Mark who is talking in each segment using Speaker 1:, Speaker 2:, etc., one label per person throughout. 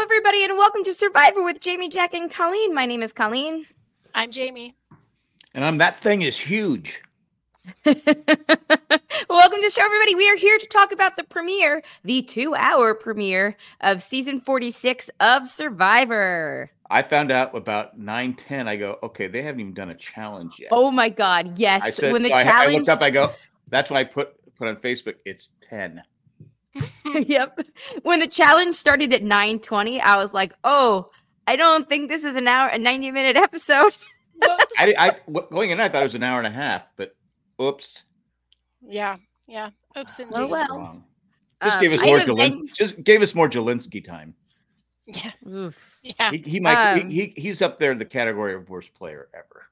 Speaker 1: everybody, and welcome to Survivor with Jamie, Jack, and Colleen. My name is Colleen.
Speaker 2: I'm Jamie.
Speaker 3: And I'm that thing is huge.
Speaker 1: Welcome to the show, everybody. We are here to talk about the premiere, the two hour premiere of season 46 of Survivor.
Speaker 3: I found out about nine ten. I go, okay, they haven't even done a challenge yet.
Speaker 1: Oh my God. Yes.
Speaker 3: I said,
Speaker 1: when the
Speaker 3: so I- I,
Speaker 1: challenge.
Speaker 3: looked up, I go, that's when I put put on Facebook, it's 10.
Speaker 1: yep. When the challenge started at 920, I was like, oh, I don't think this is an hour, a 90 minute episode.
Speaker 2: Whoops.
Speaker 3: I, di- I w- Going in, I thought it was an hour and a half, but oops.
Speaker 2: yeah, yeah. Oops, indeed.
Speaker 1: Well,
Speaker 3: I was
Speaker 1: Oh, well.
Speaker 3: wrong. Just
Speaker 1: Um,
Speaker 3: gave us
Speaker 1: I
Speaker 3: more
Speaker 1: even
Speaker 3: Jelins- just gave us more Jelinski time.
Speaker 2: Yeah,
Speaker 1: been- Oof.
Speaker 2: yeah.
Speaker 3: He, he might
Speaker 1: Um,
Speaker 3: he, he he's up there in the category of worst player ever.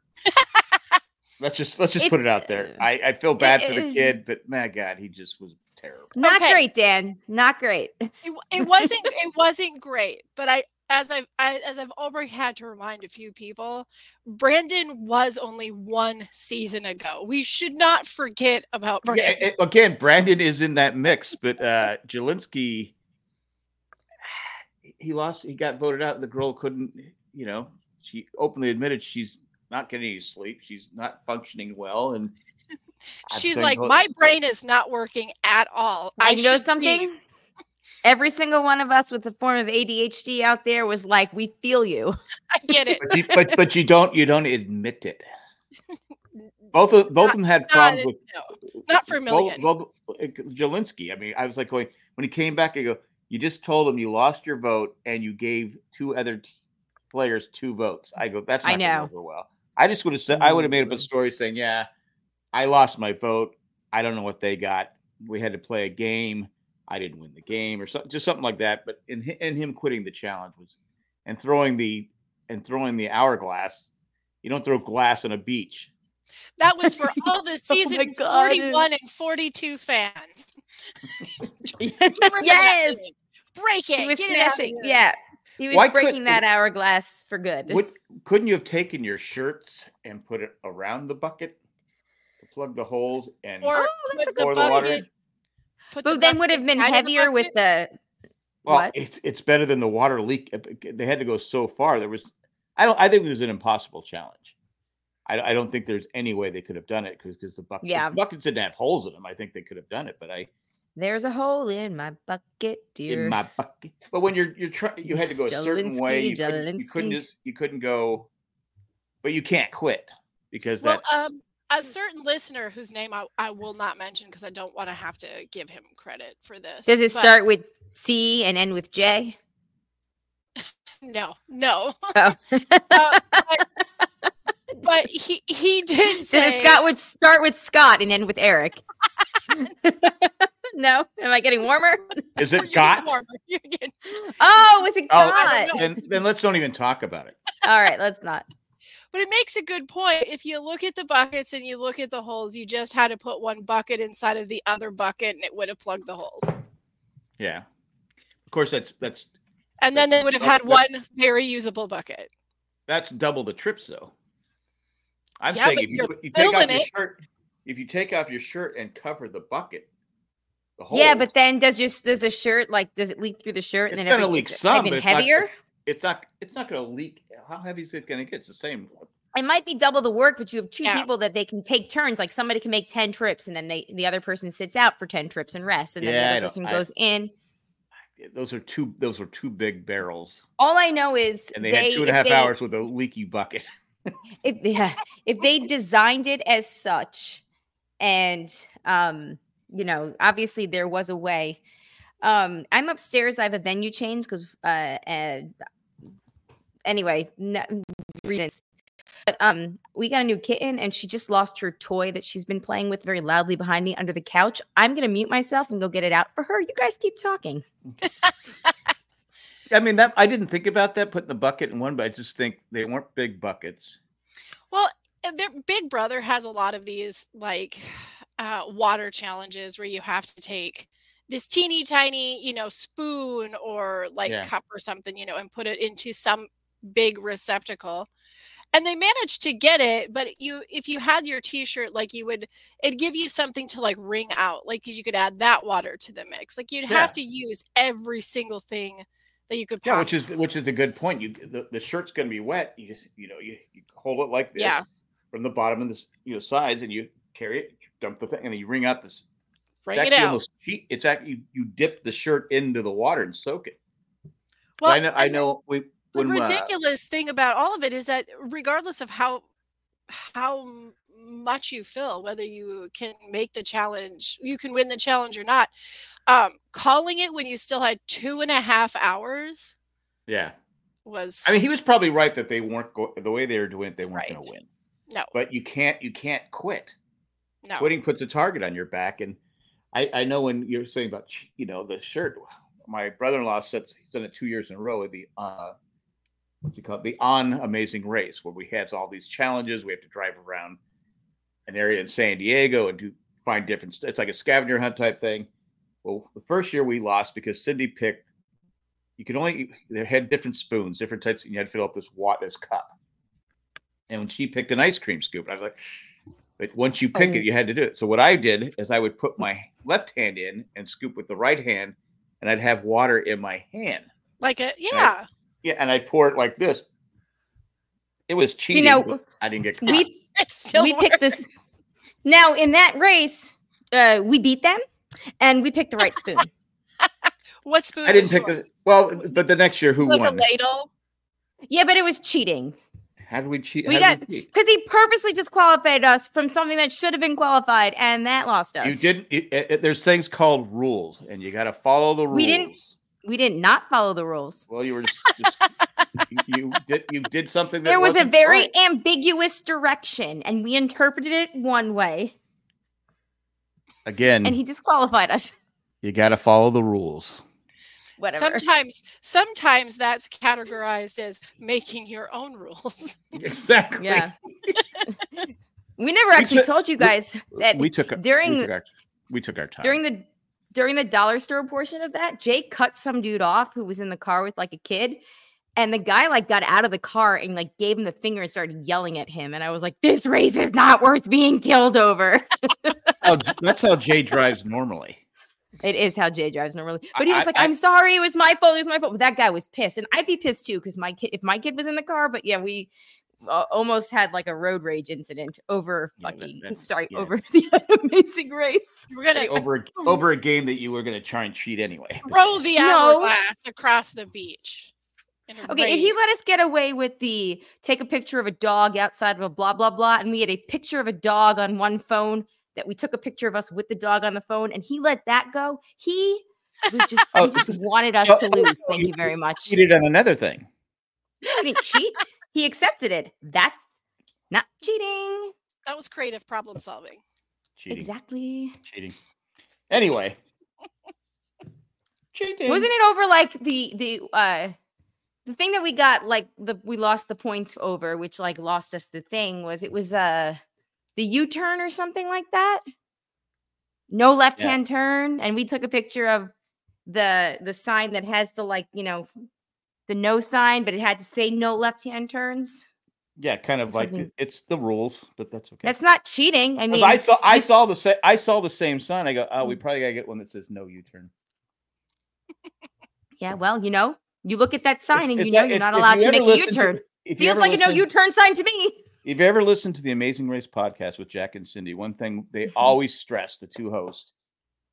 Speaker 3: let's just let's
Speaker 1: It's-
Speaker 3: just
Speaker 1: uh,
Speaker 3: put it out there. I, I feel bad for
Speaker 1: it-
Speaker 3: the kid, but my God, he just was terrible.
Speaker 1: Not
Speaker 2: Okay.
Speaker 1: great, Dan. Not great.
Speaker 2: It, w- it wasn't. It wasn't great. But I, as I've, I, as I've already had to remind a few people, Brandon was only one season ago. We should not forget about
Speaker 3: Yeah,
Speaker 2: Brandon.
Speaker 3: a- a- again, Brandon is in that mix, but uh Jelinski he lost he got voted out. The girl couldn't, you know, she openly admitted she's not getting any sleep, she's not functioning well, and I
Speaker 2: She's
Speaker 3: think
Speaker 2: like,
Speaker 3: what-
Speaker 2: my brain is not working at all.
Speaker 1: I, know
Speaker 2: should be-
Speaker 1: something. Every single one of us with a form of ADHD out there was like, "We feel you."
Speaker 2: I get it.
Speaker 3: but, you, but but you don't you don't admit it. Both of both of them had
Speaker 2: Not,
Speaker 3: problems with
Speaker 2: no, not for a million.
Speaker 3: Well, eh, Jelinski. I mean, I was like going when he came back. I go, you just told him you lost your vote and you gave two other t- players two votes. I go, that's
Speaker 1: I
Speaker 3: not I know.
Speaker 1: know.
Speaker 3: Over well, I just would have said I would have made up a story saying, yeah, I lost my vote. I don't know what they got. We had to play a game. I didn't win the game or something, just something like that. But in hi- and him quitting the challenge was and throwing the and throwing the hourglass. You don't throw glass on a beach.
Speaker 2: that was for all the
Speaker 1: Oh my
Speaker 2: season
Speaker 1: God, it-
Speaker 2: 41 and 42 fans. Remember that
Speaker 1: yes,
Speaker 2: meeting. Break it.
Speaker 1: he was
Speaker 2: get it out of
Speaker 1: smashing.
Speaker 2: here.
Speaker 1: Yeah, he was
Speaker 3: Why couldn't-
Speaker 1: breaking that hourglass for good.
Speaker 3: Would, couldn't you have taken your shirts and put it around the bucket to plug the holes and
Speaker 2: Or
Speaker 1: oh, that's a
Speaker 2: with the
Speaker 1: good
Speaker 3: pour the water?
Speaker 2: bucket-
Speaker 3: in?
Speaker 1: point.
Speaker 2: Put the
Speaker 1: But then would
Speaker 2: bucket
Speaker 1: have been
Speaker 2: inside of the
Speaker 1: heavier with
Speaker 2: bucket.
Speaker 1: the.
Speaker 3: Well,
Speaker 1: what?
Speaker 3: it's it's better than the water leak. uh, They had to go so far. There was, I don't. I think it was an impossible challenge. I, I don't think there's any way they could have done it because because the bucket
Speaker 1: Yeah.
Speaker 3: the buckets didn't have holes in them. I think they could have done it, but I
Speaker 1: There's a hole in my bucket, dear.
Speaker 3: in my bucket. But when you're you're trying, you had to go a certain way.
Speaker 1: Jelinski,
Speaker 3: You couldn't, you couldn't
Speaker 1: Jelinski.
Speaker 3: just you couldn't go. But you can't quit because
Speaker 2: Well,
Speaker 3: that's
Speaker 2: um, a certain listener whose name I, I will not mention because I don't want to have to give him credit for this.
Speaker 1: Does it
Speaker 2: but
Speaker 1: start with C and end with J?
Speaker 2: No, no.
Speaker 1: Oh.
Speaker 2: Uh, but, but he he did
Speaker 1: Does
Speaker 2: say
Speaker 1: it Scott would start with Scott and end with Eric? no, am I getting warmer?
Speaker 3: is
Speaker 2: You're
Speaker 3: it
Speaker 2: getting
Speaker 3: got.
Speaker 2: warmer, you're getting-
Speaker 1: Oh, was it
Speaker 3: Oh,
Speaker 1: God?
Speaker 2: know.
Speaker 3: then then let's don't even talk about it.
Speaker 1: All right, let's not.
Speaker 2: But it makes a good point. If you look at the buckets and you look at the holes, you just had to put one bucket inside of the other bucket, and it would have plugged the holes.
Speaker 3: Yeah. Of course, that's that's
Speaker 2: And then they would have had
Speaker 3: Okay.
Speaker 2: one very usable bucket.
Speaker 3: that's double the trips, though. I'm
Speaker 2: Yeah,
Speaker 3: saying
Speaker 2: but
Speaker 3: if you,
Speaker 2: you're
Speaker 3: put- you take off
Speaker 2: filling
Speaker 3: your
Speaker 2: it.
Speaker 3: shirt, if you take off your shirt and cover the bucket, the whole
Speaker 1: Yeah, but then does your does a shirt like does it leak through the shirt and
Speaker 3: It's
Speaker 1: then
Speaker 3: gonna
Speaker 1: everything
Speaker 3: leak
Speaker 1: gets
Speaker 3: some,
Speaker 1: even
Speaker 3: but it's not-
Speaker 1: heavier?
Speaker 3: it's not it's not going to leak. How heavy is it going to get? It's the same.
Speaker 1: It might be double the work, but you have two
Speaker 2: Yeah.
Speaker 1: people that they can take turns. Like somebody can make ten trips, and then they the other person sits out for ten trips and rests, and then
Speaker 3: Yeah,
Speaker 1: the
Speaker 3: I
Speaker 1: other
Speaker 3: don't-
Speaker 1: person
Speaker 3: I-
Speaker 1: goes in.
Speaker 3: Those are two. Those are two big barrels,
Speaker 1: All I know is
Speaker 3: and they, had two and a
Speaker 1: if
Speaker 3: half
Speaker 1: they-
Speaker 3: hours with a leaky bucket.
Speaker 1: If yeah, if they designed it as such, and um, you know, obviously there was a way. Um, I'm upstairs. I have a venue change because uh, uh, anyway, no, reasons. But um, we got a new kitten, and she just lost her toy that she's been playing with very loudly behind me under the couch. I'm gonna mute myself and go get it out for her. You guys keep talking.
Speaker 3: I mean, that I didn't think about that putting the bucket in one, but I just think they weren't big buckets.
Speaker 2: Well, uh, their Big Brother has a lot of these like uh, water challenges where you have to take this teeny tiny, you know, spoon or like
Speaker 3: Yeah.
Speaker 2: cup or something, you know, and put it into some big receptacle. And they managed to get it, but you if you had your t-shirt like you would it'd give you something to like wring out, like 'cause you could add that water to the mix. Like you'd
Speaker 3: Yeah.
Speaker 2: have to use every single thing that you could
Speaker 3: Yeah,
Speaker 2: pop.
Speaker 3: which is which is a good point. You the, the shirt's going to be wet. You just you know you, you hold it like this
Speaker 2: Yeah.
Speaker 3: from the bottom and the you know sides, and you carry it, you dump the thing, and then you wring out this.
Speaker 2: Bring
Speaker 3: it's
Speaker 2: it
Speaker 3: actually
Speaker 2: out.
Speaker 3: almost cheat. It's actually you, you dip the shirt into the water and soak it.
Speaker 2: well,
Speaker 3: I know. I
Speaker 2: and the-
Speaker 3: know we
Speaker 2: The
Speaker 3: when uh,
Speaker 2: ridiculous thing about all of it is that regardless of how how m- much you feel, whether you can make the challenge, you can win the challenge or not. Um, calling it when you still had two and a half hours
Speaker 3: yeah.
Speaker 2: was
Speaker 3: I mean, he was probably right that they weren't go- the way they were doing it. They weren't going
Speaker 2: Right.
Speaker 3: to win.
Speaker 2: No.
Speaker 3: but you can't. You can't quit.
Speaker 2: no.
Speaker 3: Quitting puts a target on your back, and I, I know when you're saying about ch- you know the shirt. My brother-in-law says he's done it two years in a row with the uh, what's he called the On Amazing Race, where we have all these challenges. We have to drive around an area in San Diego and do find different. st- It's like a scavenger hunt type thing. Well, the first year we lost because Cindy picked. You could only they had different spoons, different types, and you had to fill up this watt this cup. And when she picked an ice cream scoop, and I was like, but once you pick
Speaker 1: Oh.
Speaker 3: it, you had to do it. So what I did is I would put my left hand in and scoop with the right hand, and I'd have water in my hand.
Speaker 2: like a yeah.
Speaker 3: Yeah, and I'd pour it like this. It was
Speaker 1: So, you
Speaker 3: cheating.
Speaker 1: know,
Speaker 3: I didn't get. caught.
Speaker 1: we
Speaker 2: It's still
Speaker 1: we
Speaker 2: worked.
Speaker 1: picked this. Now in that race, uh, we beat them, and we picked the right spoon.
Speaker 2: what spoon?
Speaker 3: I didn't
Speaker 2: was
Speaker 3: pick
Speaker 2: yours?
Speaker 3: the well, but the next year, who
Speaker 2: like
Speaker 3: won?
Speaker 2: a ladle.
Speaker 1: yeah, but it was cheating
Speaker 3: How did we cheat?
Speaker 1: We
Speaker 3: how did we cheat?
Speaker 1: because he purposely disqualified us from something that should have been qualified, and that lost us.
Speaker 3: You didn't. It, it- it- there's things called rules, and you got to follow the rules.
Speaker 1: We didn't- We did not follow the rules.
Speaker 3: Well, you were just, just- you- you did you did something. That
Speaker 1: There was a
Speaker 3: wasn't
Speaker 1: very
Speaker 3: right.
Speaker 1: ambiguous direction, and we interpreted it one way,
Speaker 3: again.
Speaker 1: and he disqualified us.
Speaker 3: you got to follow the rules.
Speaker 1: Whatever.
Speaker 2: Sometimes sometimes that's categorized as making your own rules.
Speaker 3: Exactly.
Speaker 1: Yeah. we never actually
Speaker 3: took-
Speaker 1: told you
Speaker 3: we-
Speaker 1: guys that
Speaker 3: We took our-
Speaker 1: during-
Speaker 3: we took, our, we took our time
Speaker 1: during the during the dollar store portion of that, Jay cut some dude off who was in the car with like a kid. And the guy like got out of the car and like gave him the finger and started yelling at him. And I was like, this race is not worth being killed over.
Speaker 3: Oh, that's how Jay drives normally.
Speaker 1: It is how Jay drives normally.
Speaker 3: I-
Speaker 1: But he was
Speaker 3: I-
Speaker 1: like,
Speaker 3: I-
Speaker 1: I'm sorry, it was my fault. It was my fault. But that guy was pissed. And I'd be pissed too, because my kid, if my kid was in the car, but yeah, we uh, almost had like a road rage incident over
Speaker 3: Yeah, that-
Speaker 1: fucking,
Speaker 3: that's-
Speaker 1: sorry,
Speaker 3: yeah.
Speaker 1: over the amazing race.
Speaker 2: We're gonna
Speaker 3: Over a, over a game that you were going to try and cheat anyway.
Speaker 2: throw the
Speaker 1: No.
Speaker 2: hourglass across the beach. in a
Speaker 1: Okay, if he
Speaker 2: rage.
Speaker 1: let us get away with the take a picture of a dog outside of a blah, blah, blah, and we had a picture of a dog on one phone that we took a picture of us with the dog on the phone, and he let that go, he was just,
Speaker 3: Oh,
Speaker 1: he just wanted us
Speaker 3: so-
Speaker 1: to lose. Thank
Speaker 3: he-
Speaker 1: you very much.
Speaker 3: Cheated on another thing.
Speaker 1: He didn't cheat. He accepted it. That's not cheating.
Speaker 2: that was creative problem solving.
Speaker 3: Cheating.
Speaker 1: Exactly.
Speaker 3: Cheating. Anyway. cheating.
Speaker 1: Wasn't it over like the the uh the thing that we got like the we lost the points over, which like lost us the thing was it was uh the U turn or something like that. No left hand turn, and we took a picture of the the sign that has the like you know the no sign, but it had to say no left hand turns.
Speaker 3: Yeah, kind of like
Speaker 1: Something-
Speaker 3: it's the rules, but that's okay.
Speaker 1: That's not cheating. I
Speaker 3: 'Cause
Speaker 1: mean,
Speaker 3: I saw I
Speaker 1: you s-
Speaker 3: saw the sa- I saw the same sign. I go, oh, we probably gotta get one that says no U turn.
Speaker 1: Yeah, well, you know, you look at that sign and you
Speaker 3: It's- it's a-
Speaker 1: know you're
Speaker 3: it's-
Speaker 1: not
Speaker 3: if you
Speaker 1: allowed to
Speaker 3: ever
Speaker 1: make a
Speaker 3: listen
Speaker 1: U turn.
Speaker 3: If you
Speaker 1: Feels
Speaker 3: ever
Speaker 1: like a no
Speaker 3: listen-
Speaker 1: U turn sign to me.
Speaker 3: If you ever listen to the Amazing Race podcast with Jack and Cindy, one thing they
Speaker 1: Mhm.
Speaker 3: always stress, the two hosts,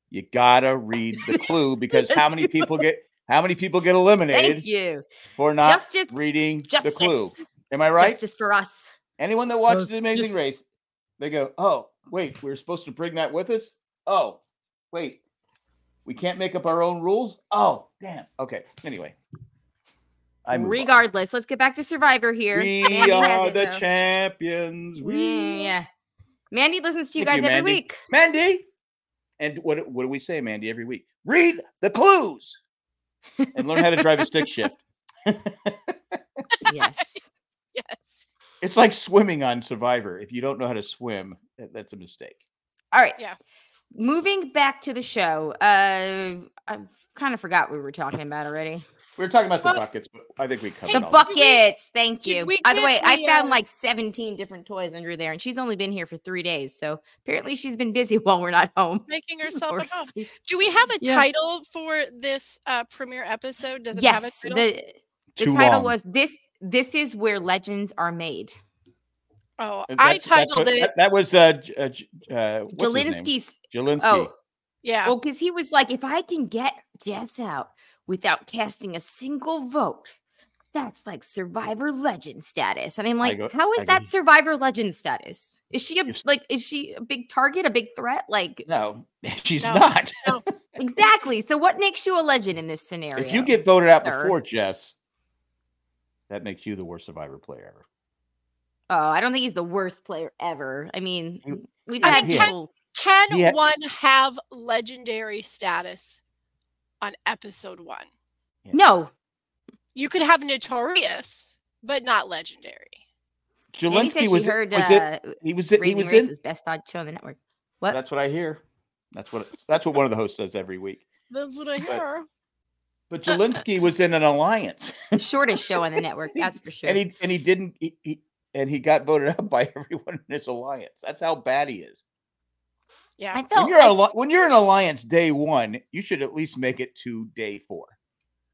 Speaker 3: you gotta read the clue because
Speaker 1: The
Speaker 3: how many
Speaker 1: two
Speaker 3: people get how many people get eliminated
Speaker 1: Thank you.
Speaker 3: for not
Speaker 1: justice,
Speaker 3: reading
Speaker 1: justice,
Speaker 3: the clue? Am I right?
Speaker 1: justice for us.
Speaker 3: Anyone that watches the Amazing
Speaker 1: Justice.
Speaker 3: Race, they go, "Oh, wait, we were supposed to bring that with us. Oh, wait, we can't make up our own rules. Oh, damn. Okay. Anyway, I move on.
Speaker 1: Regardless, let's get back to Survivor here.
Speaker 3: We
Speaker 1: Mandy has
Speaker 3: are
Speaker 1: it,
Speaker 3: the
Speaker 1: though.
Speaker 3: champions. We
Speaker 1: Mm, yeah. Mandy listens to you
Speaker 3: Thank
Speaker 1: guys
Speaker 3: you,
Speaker 1: every
Speaker 3: Mandy.
Speaker 1: week.
Speaker 3: Mandy. And what what do we say, Mandy, every week? Read the clues and learn how to drive a stick shift.
Speaker 1: Yes.
Speaker 2: Yes.
Speaker 3: It's like swimming on Survivor. If you don't know how to swim, that- that's a mistake.
Speaker 1: All right.
Speaker 2: Yeah.
Speaker 1: Moving back to the show. Uh I kind of forgot we were talking about already.
Speaker 3: We were talking about the
Speaker 2: Well,
Speaker 3: buckets, but I think we covered
Speaker 1: The
Speaker 3: all that.
Speaker 2: buck- Did we-
Speaker 1: buckets. Thank
Speaker 2: did
Speaker 1: you.
Speaker 2: we
Speaker 1: By the
Speaker 2: get
Speaker 1: way, I
Speaker 2: the,
Speaker 1: found
Speaker 2: uh,
Speaker 1: like 17 different toys under there, and she's only been here for three days. So apparently she's been busy while we're not home.
Speaker 2: making herself
Speaker 1: or
Speaker 2: at home.
Speaker 1: asleep.
Speaker 2: Do we have a
Speaker 1: Yeah.
Speaker 2: title for this uh, premiere episode? Does it have a
Speaker 1: Yes.
Speaker 2: title?
Speaker 1: The the
Speaker 3: Too
Speaker 1: title
Speaker 3: long.
Speaker 1: was This This is Where Legends Are Made.
Speaker 2: oh,
Speaker 3: And
Speaker 2: I
Speaker 3: that's- that's
Speaker 2: titled
Speaker 3: what-
Speaker 2: it.
Speaker 3: That, that was uh, J- uh, J- uh, what's his name?
Speaker 1: Jelinski's
Speaker 3: Jelinski.
Speaker 1: oh
Speaker 2: Yeah.
Speaker 1: well, because he was like, if I can get Jess out without casting a single vote, that's like Survivor Legend status. And I'm like,
Speaker 3: go-
Speaker 1: how is
Speaker 3: I go-
Speaker 1: that Survivor Legend status? Is she a
Speaker 3: You're s-
Speaker 1: like? Is she a big target? A big threat? Like
Speaker 3: No, she's
Speaker 2: No.
Speaker 3: not.
Speaker 1: exactly. So what makes you a legend in this scenario?
Speaker 3: If you get voted out
Speaker 1: sir.
Speaker 3: before Jess, that makes you the worst survivor player ever.
Speaker 1: oh, I don't think he's the worst player ever. I mean,
Speaker 3: You-
Speaker 1: we've
Speaker 2: I
Speaker 1: had
Speaker 3: mean, can-
Speaker 1: people.
Speaker 2: Can
Speaker 3: Yeah.
Speaker 2: one have legendary status on episode one?
Speaker 3: Yeah.
Speaker 1: No,
Speaker 2: You could have notorious, but not legendary.
Speaker 1: Amy said
Speaker 3: Jelinski
Speaker 1: she
Speaker 3: was,
Speaker 1: heard
Speaker 3: was
Speaker 1: uh,
Speaker 3: it, he was it, he
Speaker 1: Raising
Speaker 3: was
Speaker 1: Race
Speaker 3: in.
Speaker 1: was best pod show on the network. What?
Speaker 3: That's what I hear. That's what that's what one of the hosts says every week.
Speaker 2: That's what I
Speaker 3: But-
Speaker 2: hear.
Speaker 3: But Jelinski was in an alliance,
Speaker 1: the shortest show on the network, that's for sure.
Speaker 3: and he and he didn't he, he, and he got voted out by everyone in his alliance. That's how bad he is.
Speaker 2: Yeah.
Speaker 1: I felt
Speaker 3: when you're
Speaker 1: I-
Speaker 3: alli- when you're in alliance day one, you should at least make it to day four.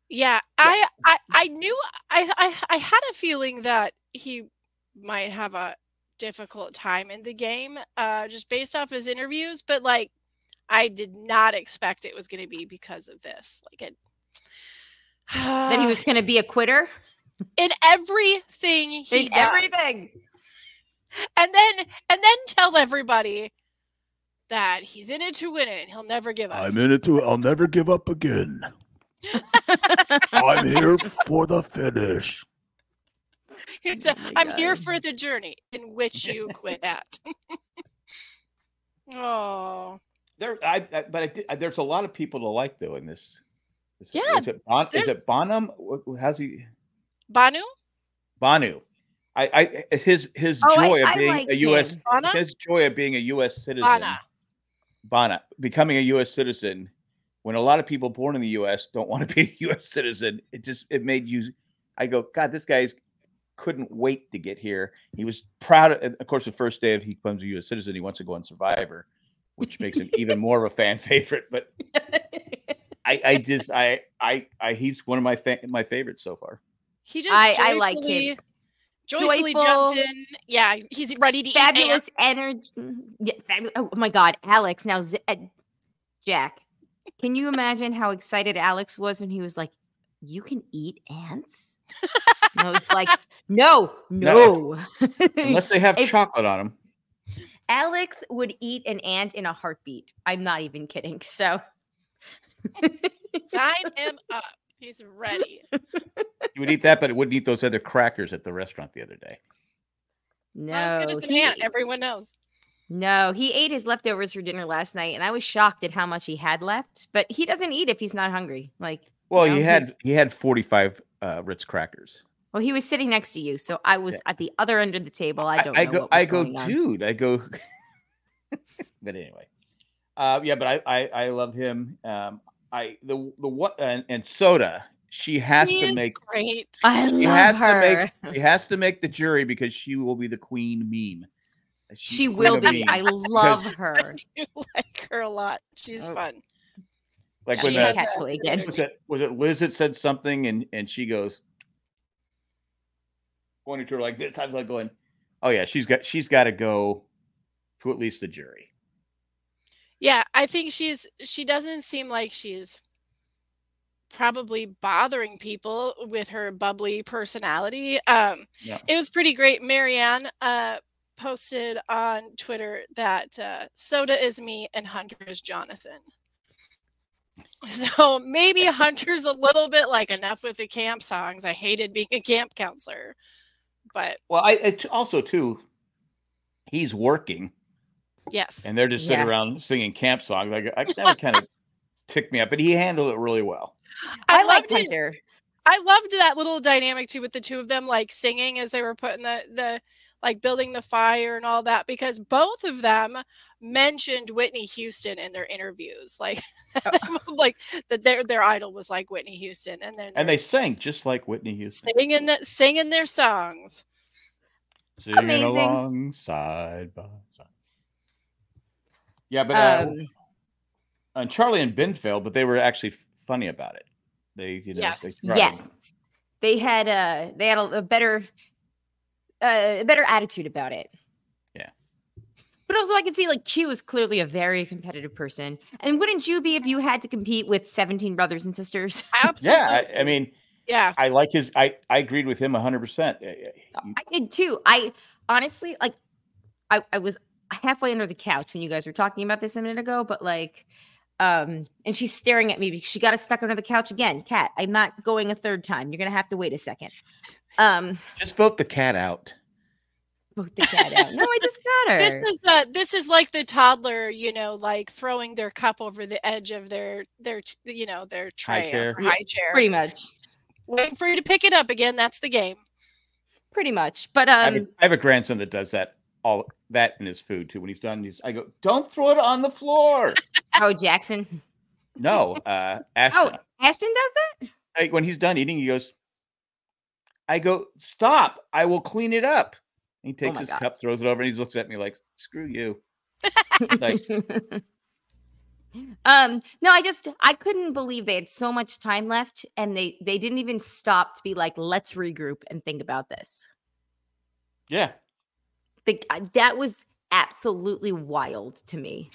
Speaker 2: Yeah,
Speaker 1: Yes.
Speaker 2: I, I I knew I, I I had a feeling that he might have a difficult time in the game, uh, just based off his interviews. But like, I did not expect it was going to be because of this. Like it.
Speaker 1: that he was going to be a quitter.
Speaker 2: in everything he
Speaker 1: In
Speaker 2: does,
Speaker 1: everything.
Speaker 2: and then and then tell everybody that he's in it to win it and he'll never give up.
Speaker 4: I'm in it too. I'll never give up again. I'm here for the finish.
Speaker 2: It's
Speaker 1: Oh
Speaker 2: a-
Speaker 1: my
Speaker 2: I'm here
Speaker 1: God.
Speaker 2: for the journey in which you quit at. oh,
Speaker 3: There, I, I but I did, there's a lot of people to like though in this. this-
Speaker 2: Yeah,
Speaker 3: is it, bon, is
Speaker 2: there's-
Speaker 3: it Bonham? Wh- wh- How's he?
Speaker 2: Banu,
Speaker 3: Banu. I, I his his
Speaker 1: Oh, I-
Speaker 3: joy
Speaker 1: I
Speaker 3: of being
Speaker 1: like
Speaker 3: a U.S.
Speaker 1: him.
Speaker 2: Bana,
Speaker 3: His joy of being a U.S. citizen.
Speaker 2: Bana.
Speaker 3: Bana becoming a U.S. citizen. When a lot of people born in the U.S. don't want to be a U.S. citizen, it just it made you. I go, God, this guy's couldn't wait to get here. He was proud. Of, and of course, the first day of he becomes a U.S. citizen, he wants to go on Survivor, which makes him even more of a fan favorite. But I, I just, I, I, I, he's one of my fa- my favorites so far.
Speaker 2: He just
Speaker 1: I- I like him.
Speaker 2: joyfully- Joyfully jumped
Speaker 1: Joyful.
Speaker 2: in. Yeah, he's ready to eat. ants.
Speaker 1: fabulous energy. Yeah, fabu- oh my God, Alex. Now, Z- uh, Jack, can you imagine how excited Alex was when he was like, You can eat ants? And I was like, No,
Speaker 3: No.
Speaker 1: no.
Speaker 3: Unless they have
Speaker 1: If-
Speaker 3: chocolate on them.
Speaker 1: Alex would eat an ant in a heartbeat. I'm not even kidding. So,
Speaker 2: Sign him up. He's ready.
Speaker 3: He would eat that, but it wouldn't eat those other crackers at the restaurant the other day.
Speaker 2: Not as
Speaker 1: no.
Speaker 2: good as an
Speaker 1: he-
Speaker 2: ant. Everyone knows.
Speaker 1: No, he ate his leftovers for dinner last night, and I was shocked at how much he had left. But he doesn't eat if he's not hungry. Like, you
Speaker 3: Well, he
Speaker 1: know,
Speaker 3: had
Speaker 1: he's-
Speaker 3: he had forty five uh, Ritz crackers.
Speaker 1: Well, he was sitting next to you, so I was
Speaker 3: Yeah.
Speaker 1: at the other end of the table. I don't
Speaker 3: I
Speaker 1: know
Speaker 3: go,
Speaker 1: what was
Speaker 3: I go,
Speaker 1: going on.
Speaker 3: dude. I go. but anyway, uh, yeah. But I, I, I love him. Um, I the the what and, and soda. She has
Speaker 2: She
Speaker 3: to
Speaker 2: is
Speaker 3: make.
Speaker 2: Great.
Speaker 1: I
Speaker 3: She
Speaker 1: love
Speaker 3: has to
Speaker 1: her.
Speaker 3: make. She has to make the jury because she will be the queen meme.
Speaker 1: she
Speaker 3: queen
Speaker 1: will
Speaker 3: of
Speaker 1: be.
Speaker 3: meme.
Speaker 1: I love her.
Speaker 2: I do like her a lot. She's
Speaker 1: Oh.
Speaker 2: fun.
Speaker 3: like
Speaker 1: She
Speaker 3: when
Speaker 2: she has
Speaker 1: had
Speaker 2: that
Speaker 3: uh,
Speaker 1: cat toy
Speaker 2: energy.
Speaker 1: again.
Speaker 3: was it was it Liz that said something and and she goes pointing to her like this. I was like going, oh yeah, she's got she's got to go to at least the jury.
Speaker 2: Yeah, I think she's she doesn't seem like she's probably bothering people with her bubbly personality. Um
Speaker 3: Yeah.
Speaker 2: it was pretty great. Marianne uh posted on Twitter that uh soda is me and Hunter is Jonathan. So maybe Hunter's a little bit like enough with the camp songs. I hated being a camp counselor. But
Speaker 3: Well, I it, also too, he's working,
Speaker 2: yes.
Speaker 3: and they're just sitting
Speaker 1: Yeah.
Speaker 3: around singing camp songs. Like I, that would kind of tick me up, but he handled it really well.
Speaker 1: I,
Speaker 2: I
Speaker 1: like
Speaker 2: loved it.
Speaker 1: Hunter.
Speaker 2: I loved that little dynamic too with the two of them like singing as they were putting the the like building the fire and all that because both of them mentioned Whitney Houston in their interviews, like
Speaker 3: Oh.
Speaker 2: like that their their idol was like Whitney Houston, and then
Speaker 3: and they sang just like Whitney Houston.
Speaker 2: singing the, singing their songs.
Speaker 3: Singing
Speaker 1: Amazing.
Speaker 3: along side by side. Yeah, but uh,
Speaker 1: Um,
Speaker 3: and Charlie and Ben failed, but they were actually funny about it. They, you know,
Speaker 2: Yes.
Speaker 3: they tried.
Speaker 1: yes, they had a they had a, a better uh, a better attitude about it.
Speaker 3: Yeah.
Speaker 1: But also, I can see like Q is clearly a very competitive person, and wouldn't you be if you had to compete with seventeen brothers and sisters?
Speaker 2: Absolutely.
Speaker 3: Yeah, I, I mean,
Speaker 2: yeah.
Speaker 3: I like his. I I agreed with him hundred percent.
Speaker 1: I did too. I honestly like I, I was halfway under the couch when you guys were talking about this a minute ago, but like um and she's staring at me because she got us stuck under the couch again. Cat, I'm not going a third time. You're gonna have to wait a second. Um
Speaker 3: Just vote the cat out.
Speaker 1: vote the cat out. No, I just got her.
Speaker 2: This is uh, this is like the toddler, you know, like throwing their cup over the edge of their their t- you know their tray
Speaker 3: chair.
Speaker 2: or high chair,
Speaker 1: pretty much.
Speaker 2: waiting for you to pick it up again. That's the game.
Speaker 1: Pretty much. But
Speaker 3: I, have a,
Speaker 1: um
Speaker 3: I have a grandson that does that. All that in his food too. When he's done, he's, I go, "Don't throw it on the floor."
Speaker 1: oh Jackson.
Speaker 3: no, uh, Ashton.
Speaker 1: Oh, Ashton does that?
Speaker 3: like when he's done eating, he goes, I go, stop, I will clean it up. And he takes
Speaker 1: Oh my
Speaker 3: his
Speaker 1: God.
Speaker 3: cup, throws it over, and he looks at me like, screw you. like,
Speaker 1: um no i just i couldn't believe they had so much time left and they they didn't even stop to be like let's regroup and think about this
Speaker 3: yeah.
Speaker 1: the, I- that was absolutely wild to me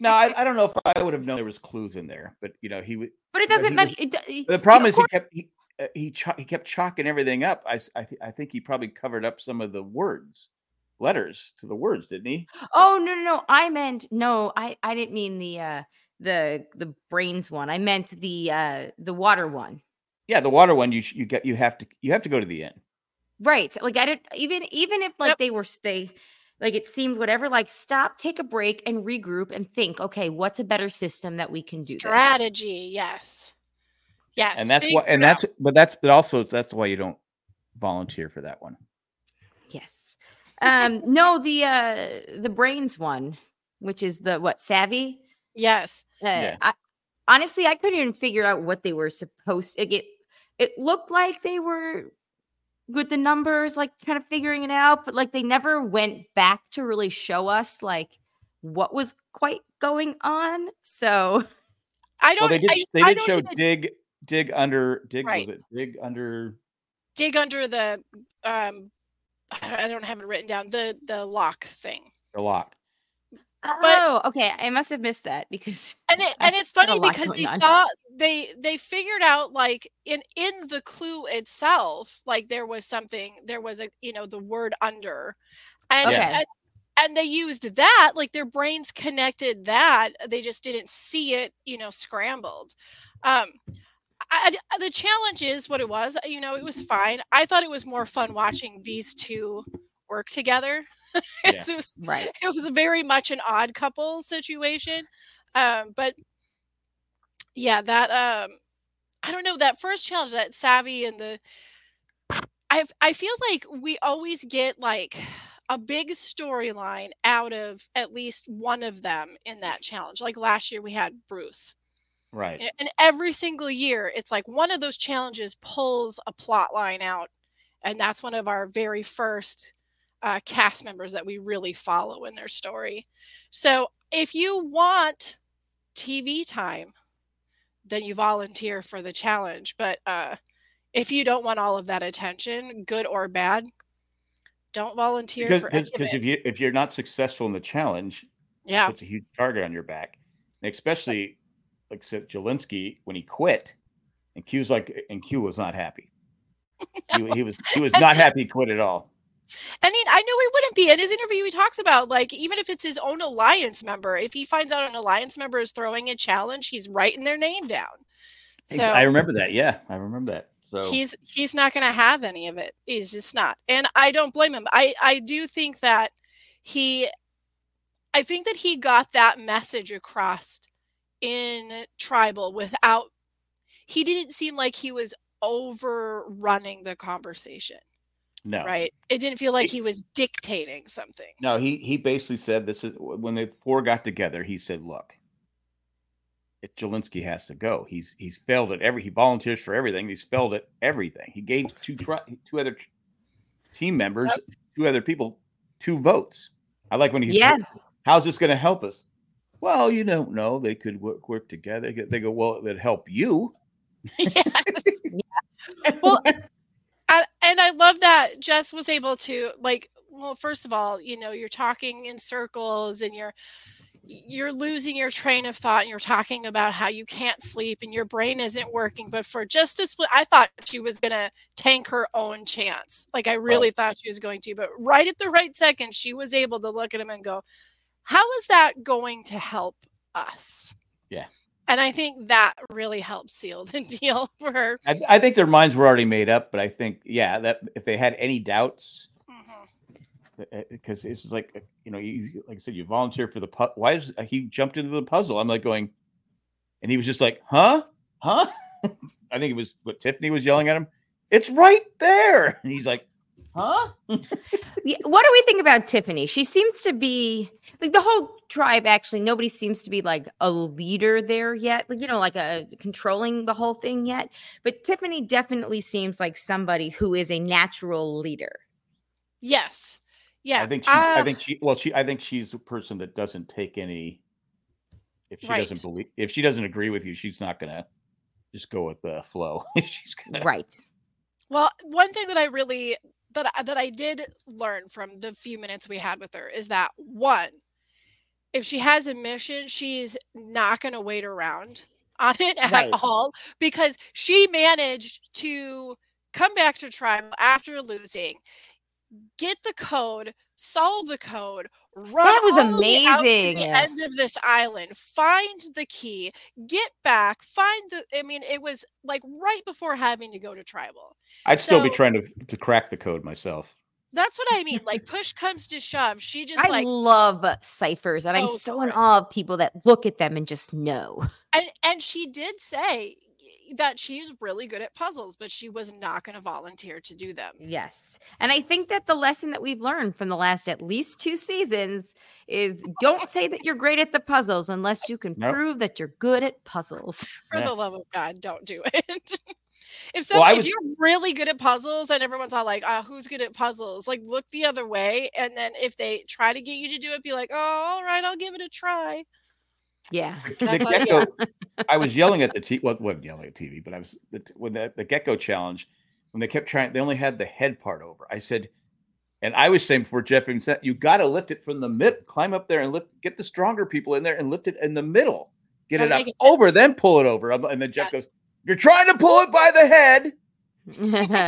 Speaker 3: No, I, I don't know if I would have known there was clues in there, but you know, he would.
Speaker 1: but it
Speaker 3: Yeah,
Speaker 1: doesn't
Speaker 3: he
Speaker 1: matter
Speaker 3: was-
Speaker 1: it, do-
Speaker 3: The
Speaker 1: of
Speaker 3: problem is he
Speaker 1: course-
Speaker 3: kept he uh, he, cho- he kept chalking everything up. I s- I, thi- I think he probably covered up some of the words, letters to the words, didn't he?
Speaker 1: oh no no no i meant no i i didn't mean the uh the the brains one i meant the uh the water one
Speaker 3: Yeah, the water one. You sh- you get you have to you have to go to the end.
Speaker 1: Right. Like I didn't even even if like
Speaker 2: Yep.
Speaker 1: they were s- they like it seemed whatever, like stop, take a break and regroup and think, okay, what's a better system that we can do? this?
Speaker 2: Strategy, yes, yes,
Speaker 3: and that's
Speaker 2: figure
Speaker 3: why and
Speaker 2: it out.
Speaker 3: that's but that's but also that's why you don't volunteer for that one.
Speaker 1: Yes. Um no, the uh the brains one, which is the what, savvy?
Speaker 2: yes.
Speaker 1: Uh,
Speaker 3: Yeah.
Speaker 1: I, honestly, I couldn't even figure out what they were supposed to get. It looked like they were with the numbers, like kind of figuring it out, but like they never went back to really show us like what was quite going on. So
Speaker 2: I
Speaker 3: Well,
Speaker 2: don't.
Speaker 3: they did.
Speaker 2: I,
Speaker 3: they
Speaker 2: I
Speaker 3: did
Speaker 2: don't
Speaker 3: show
Speaker 2: even
Speaker 3: dig, dig under, dig
Speaker 2: Right.
Speaker 3: was it? Dig under.
Speaker 2: dig under the. Um, I don't- I don't have it written down. The the lock thing.
Speaker 3: the lock.
Speaker 1: oh, okay. I must have missed that because
Speaker 2: and it,
Speaker 1: I
Speaker 2: and it's
Speaker 1: got a
Speaker 2: funny
Speaker 1: lot
Speaker 2: because
Speaker 1: going
Speaker 2: they
Speaker 1: on.
Speaker 2: saw they they figured out like in in the clue itself like there was something there was a you know the word under and,
Speaker 1: Yeah. Okay.
Speaker 2: and and they used that like their brains connected that they just didn't see it you know scrambled um I, I- the challenge is what it was you know it was fine i thought it was more fun watching these two work together
Speaker 3: Yeah.
Speaker 2: it was
Speaker 1: right.
Speaker 2: it was very much an odd couple situation um but yeah that um i don't know that first challenge that savvy and the i i feel like we always get like a big storyline out of at least one of them in that challenge like last year we had bruce
Speaker 3: Right.
Speaker 2: and- and every single year it's like one of those challenges pulls a plot line out and that's one of our very first uh, cast members that we really follow in their story so if you want tv time then you volunteer for the challenge but uh, if you don't want all of that attention good or bad don't volunteer
Speaker 3: Because
Speaker 2: for any of
Speaker 3: because because
Speaker 2: it.
Speaker 3: if you if you're not successful in the challenge,
Speaker 2: yeah
Speaker 3: it's a huge target on your back, and especially like so Jelinski when he quit, and Q's like and Q was not happy. He, he was he was not happy. He quit at all.
Speaker 2: I mean, I know he wouldn't be. In his interview, he talks about like even if it's his own alliance member, if he finds out an alliance member is throwing a challenge, he's writing their name down.
Speaker 3: Ex-
Speaker 2: So
Speaker 3: I remember that. Yeah, I remember that. So
Speaker 2: he's he's not going to have any of it. He's just not. And I don't blame him. I I do think that he, I think that he got that message across in tribal without. He didn't seem like he was overrunning the conversation.
Speaker 3: No,
Speaker 2: right? It didn't feel like he was dictating something.
Speaker 3: no. He he basically said this is when the four got together. He said, "Look, it, Jelinski has to go. He's he's failed at every. He volunteers for everything. He's failed at everything. He gave two try, two other team members, two other people, two votes. I like when he
Speaker 1: Yeah.
Speaker 3: How's this going to help us? Well, you don't know. They could work work together. They go. Well, it'd help you.
Speaker 2: And, and I love that Jess was able to like well first of all, you know, you're talking in circles and you're you're losing your train of thought and you're talking about how you can't sleep and your brain isn't working but for just a split i thought she was going to tank her own chance like i really thought she was going to but right at the right second she was able to look at him and go how is that going to help us
Speaker 3: Yeah.
Speaker 2: and i think that really helped seal the deal for her
Speaker 3: I, I think their minds were already made up, but I think yeah, that if they had any doubts,
Speaker 2: Mhm.
Speaker 3: because it's just like you know you you- like I said you volunteer for the pu- why is uh, he jumped into the puzzle I'm like going and he was just like huh huh I think it was what Tiffany was yelling at him it's right there and he's like huh
Speaker 1: Yeah, What do we think about Tiffany? She seems to be like the whole tribe. Actually, nobody seems to be like a leader there yet. Like, you know, like a controlling the whole thing yet. But Tiffany definitely seems like somebody who is a natural leader.
Speaker 2: yes yeah
Speaker 3: I think she, I
Speaker 2: uh,
Speaker 3: think she well she I think she's the person that doesn't take any if she doesn't
Speaker 2: Right.
Speaker 3: believe if she doesn't agree with you she's not gonna just go with the flow she's gonna
Speaker 1: Right.
Speaker 2: Well, one thing that I really that I- that I did learn from the few minutes we had with her is that one, if she has a mission, she's not going to wait around on it at
Speaker 1: Right.
Speaker 2: all because she managed to come back to tribal after losing, get the code, solve the code, run
Speaker 1: That was
Speaker 2: all the way out to
Speaker 1: amazing.
Speaker 2: the end of this island, find the key, get back, find the. I mean, it was like right before having to go to tribal.
Speaker 3: I'd still be
Speaker 2: So-
Speaker 3: trying to to crack the code myself
Speaker 2: That's what I mean. Like push comes to shove. She just
Speaker 1: I
Speaker 2: like Oh,
Speaker 1: love ciphers, and I'm
Speaker 2: goes
Speaker 1: so in
Speaker 2: for it.
Speaker 1: awe of people that look at them and just know.
Speaker 2: and and she did say that she's really good at puzzles, but she was not going to volunteer to do
Speaker 3: Mm,
Speaker 2: them.
Speaker 1: Yes. And I think that the lesson that we've learned from the last at least two seasons is don't say that you're great at the puzzles unless you can
Speaker 3: Nope.
Speaker 1: prove that you're good at puzzles.
Speaker 2: For
Speaker 3: Yeah.
Speaker 2: the love of God, don't do it. if so,
Speaker 3: Well, I
Speaker 2: if
Speaker 3: was-
Speaker 2: you're really good at puzzles and everyone's all like, "Ah, who's good at puzzles?" Like look the other way, and then if they try to get you to do it, be like, "Oh, all right, I'll give it a try."
Speaker 1: Yeah.
Speaker 2: That's
Speaker 3: the
Speaker 2: all you
Speaker 3: gecko, I was yelling at the TV. Well, wasn't yelling at TV, but I was the t- when the, the gecko challenge when they kept trying. They only had the head part over. I said, and I was saying before Jeff even said, you got to lift it from the mid, climb up there and lift, get the stronger people in there and lift it in the middle, get
Speaker 2: Gotta
Speaker 3: it up
Speaker 2: make it
Speaker 3: over,
Speaker 2: touch.
Speaker 3: then pull it over. I'm- And then Jeff
Speaker 2: Yes.
Speaker 3: goes, "You're trying to pull it by the head,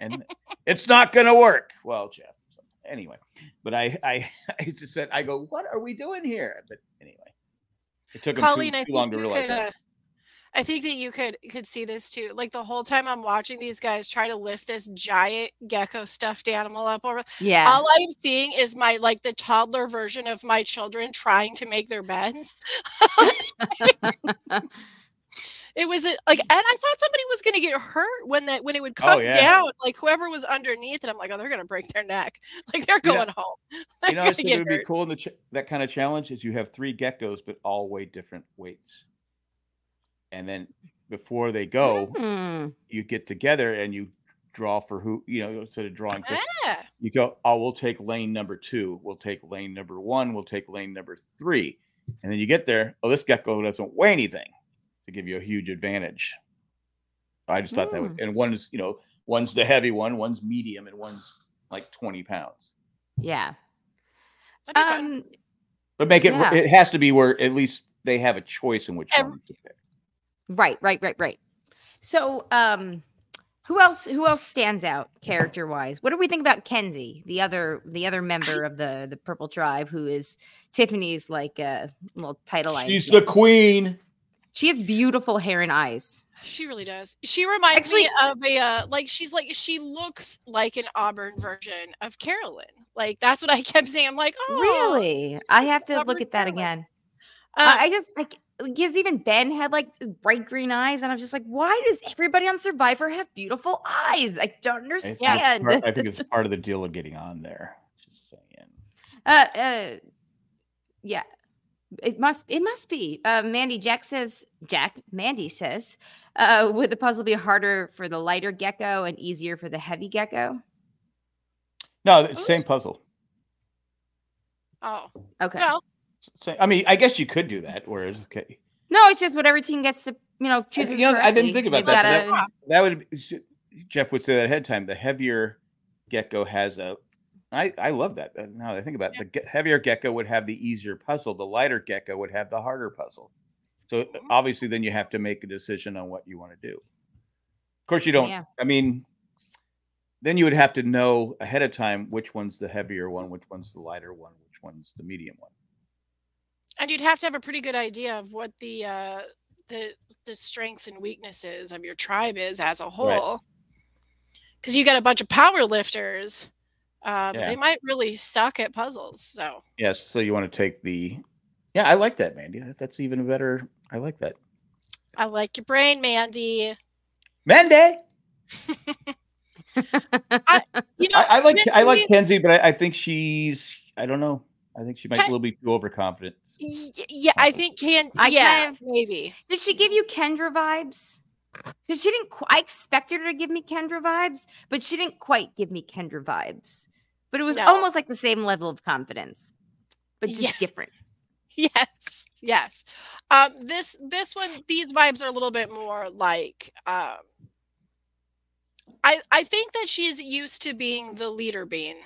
Speaker 3: and it's not going to work." Well, Jeff. So, anyway, but I, I, I just said, I go, "What are we doing here?" But anyway, it took him
Speaker 2: Colleen,
Speaker 3: too,
Speaker 2: I
Speaker 3: too
Speaker 2: think
Speaker 3: long to
Speaker 2: you
Speaker 3: realize
Speaker 2: could,
Speaker 3: that.
Speaker 2: uh, I think that you could could see this too. Like the whole time I'm watching these guys try to lift this giant gecko stuffed animal up over.
Speaker 1: yeah.
Speaker 2: All I'm seeing is my like the toddler version of my children trying to make their beds. It was a, like, and I thought somebody was going to get hurt when that when it would come
Speaker 3: Oh, yeah.
Speaker 2: down. Like whoever was underneath, and I'm like, oh, they're going to break their neck. Like they're
Speaker 3: You know-
Speaker 2: going home.
Speaker 3: You know,
Speaker 2: They're
Speaker 3: I
Speaker 2: gonna
Speaker 3: think
Speaker 2: get
Speaker 3: it would be
Speaker 2: hurt.
Speaker 3: cool in the ch- that kind of challenge is you have three geckos, but all weigh different weights. And then before they go,
Speaker 1: Hmm.
Speaker 3: you get together and you draw for who, you know, instead of drawing, pictures,
Speaker 2: Yeah.
Speaker 3: you go, oh, we'll take lane number two. We'll take lane number one. We'll take lane number three. And then you get there, oh, this gecko doesn't weigh anything to give you a huge advantage. I just thought that would, and one's, you know, one's the heavy one, one's medium, and one's like 20 pounds.
Speaker 1: Yeah.
Speaker 2: That'd be
Speaker 3: Uh,
Speaker 2: fun.
Speaker 1: Um,
Speaker 3: But make it
Speaker 1: Yeah.
Speaker 3: it has to be where at least they have a choice in which
Speaker 2: Ev-
Speaker 3: one to pick.
Speaker 1: right, right, right, right. So um who else who else stands out character wise? What do we think about Kenzie, the other the other member of the the purple tribe who is Tiffany's like uh, little title
Speaker 3: She's
Speaker 1: idea?
Speaker 3: the queen.
Speaker 1: She has beautiful hair and eyes.
Speaker 2: She really does. She reminds me of a uh, like she's like she looks like an Auburn version of Carolyn. Like that's what I kept saying. I'm like, oh,
Speaker 1: Really? I have to
Speaker 2: Robert
Speaker 1: look at that
Speaker 2: Downey.
Speaker 1: again.
Speaker 2: Uh,
Speaker 1: I I just like because even Ben had like bright green eyes, and I'm just like, why does everybody on Survivor have beautiful eyes? I don't
Speaker 3: I think,
Speaker 1: understand.
Speaker 3: it's part- I think it's part of the deal of getting on there. Just saying.
Speaker 1: Uh, uh, yeah. It must. It must be. Uh, Mandy Jack says. Jack. Mandy says. Uh, would the puzzle be harder for the lighter gecko and easier for the heavy gecko?
Speaker 3: No, it's the same puzzle.
Speaker 2: Oh,
Speaker 1: Okay.
Speaker 2: well,
Speaker 3: So, I mean, I guess you could do that. Whereas, okay,
Speaker 1: No, it's just whatever team gets to you know chooses.
Speaker 3: you know, I
Speaker 1: correctly.
Speaker 3: didn't think about
Speaker 1: They've
Speaker 3: that,
Speaker 1: gotta-
Speaker 3: but that would be, Jeff would say that ahead of time. The heavier gecko has a. I I love that. uh, Now that I think about it, the ge- heavier gecko would have the easier puzzle. The lighter gecko would have the harder puzzle. So uh,
Speaker 2: Mhm.
Speaker 3: obviously, then you have to make a decision on what you want to do. Of course, you don't.
Speaker 1: Yeah.
Speaker 3: I mean, then you would have to know ahead of time which one's the heavier one, which one's the lighter one, which one's the medium one.
Speaker 2: and you'd have to have a pretty good idea of what the uh, the the strengths and weaknesses of your tribe is as a whole. Because you got a bunch of power lifters, uh, but
Speaker 3: Yeah.
Speaker 2: they might really suck at puzzles. So
Speaker 3: Yes. So you want to take the. Yeah, I like that, Mandy. That- That's even better. I like that.
Speaker 2: I like your brain, Mandy.
Speaker 3: Mandy.
Speaker 2: You know,
Speaker 3: I, I like I like
Speaker 2: Mandy,
Speaker 3: Kenzie, but I, I think she's I don't know. I think she might be a
Speaker 2: Ken-
Speaker 3: little bit too overconfident.
Speaker 2: y- yeah, I think can.
Speaker 1: I
Speaker 2: yeah,
Speaker 1: kind of-
Speaker 2: maybe.
Speaker 1: Did she give you Kendra vibes? 'Cause she didn't. Qu- I expected her to give me Kendra vibes, but she didn't quite give me Kendra vibes. But it was
Speaker 2: No.
Speaker 1: almost like the same level of confidence, but just
Speaker 2: Yeah.
Speaker 1: different.
Speaker 2: yes yes um this this one these vibes are a little bit more like um i i think that she's used to being the leader bean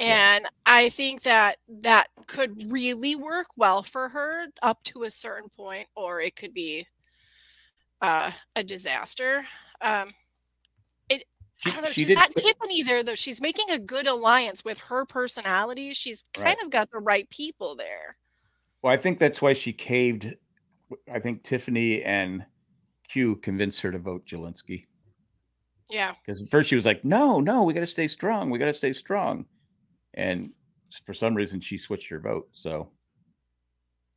Speaker 2: and i think that that could really work well for her up to a certain point or it could be uh a disaster um
Speaker 3: She,
Speaker 2: I don't know.
Speaker 3: she
Speaker 2: she's
Speaker 3: did.
Speaker 2: not Tiffany there though. She's making a good alliance with her personality. She's kind
Speaker 3: Right.
Speaker 2: of got the right people there.
Speaker 3: well, I think that's why she caved. I think Tiffany and Q convinced her to vote Jelinski
Speaker 2: Yeah.
Speaker 3: because at first she was like, "No, no, we got to stay strong. We got to stay strong," and for some reason she switched her vote. So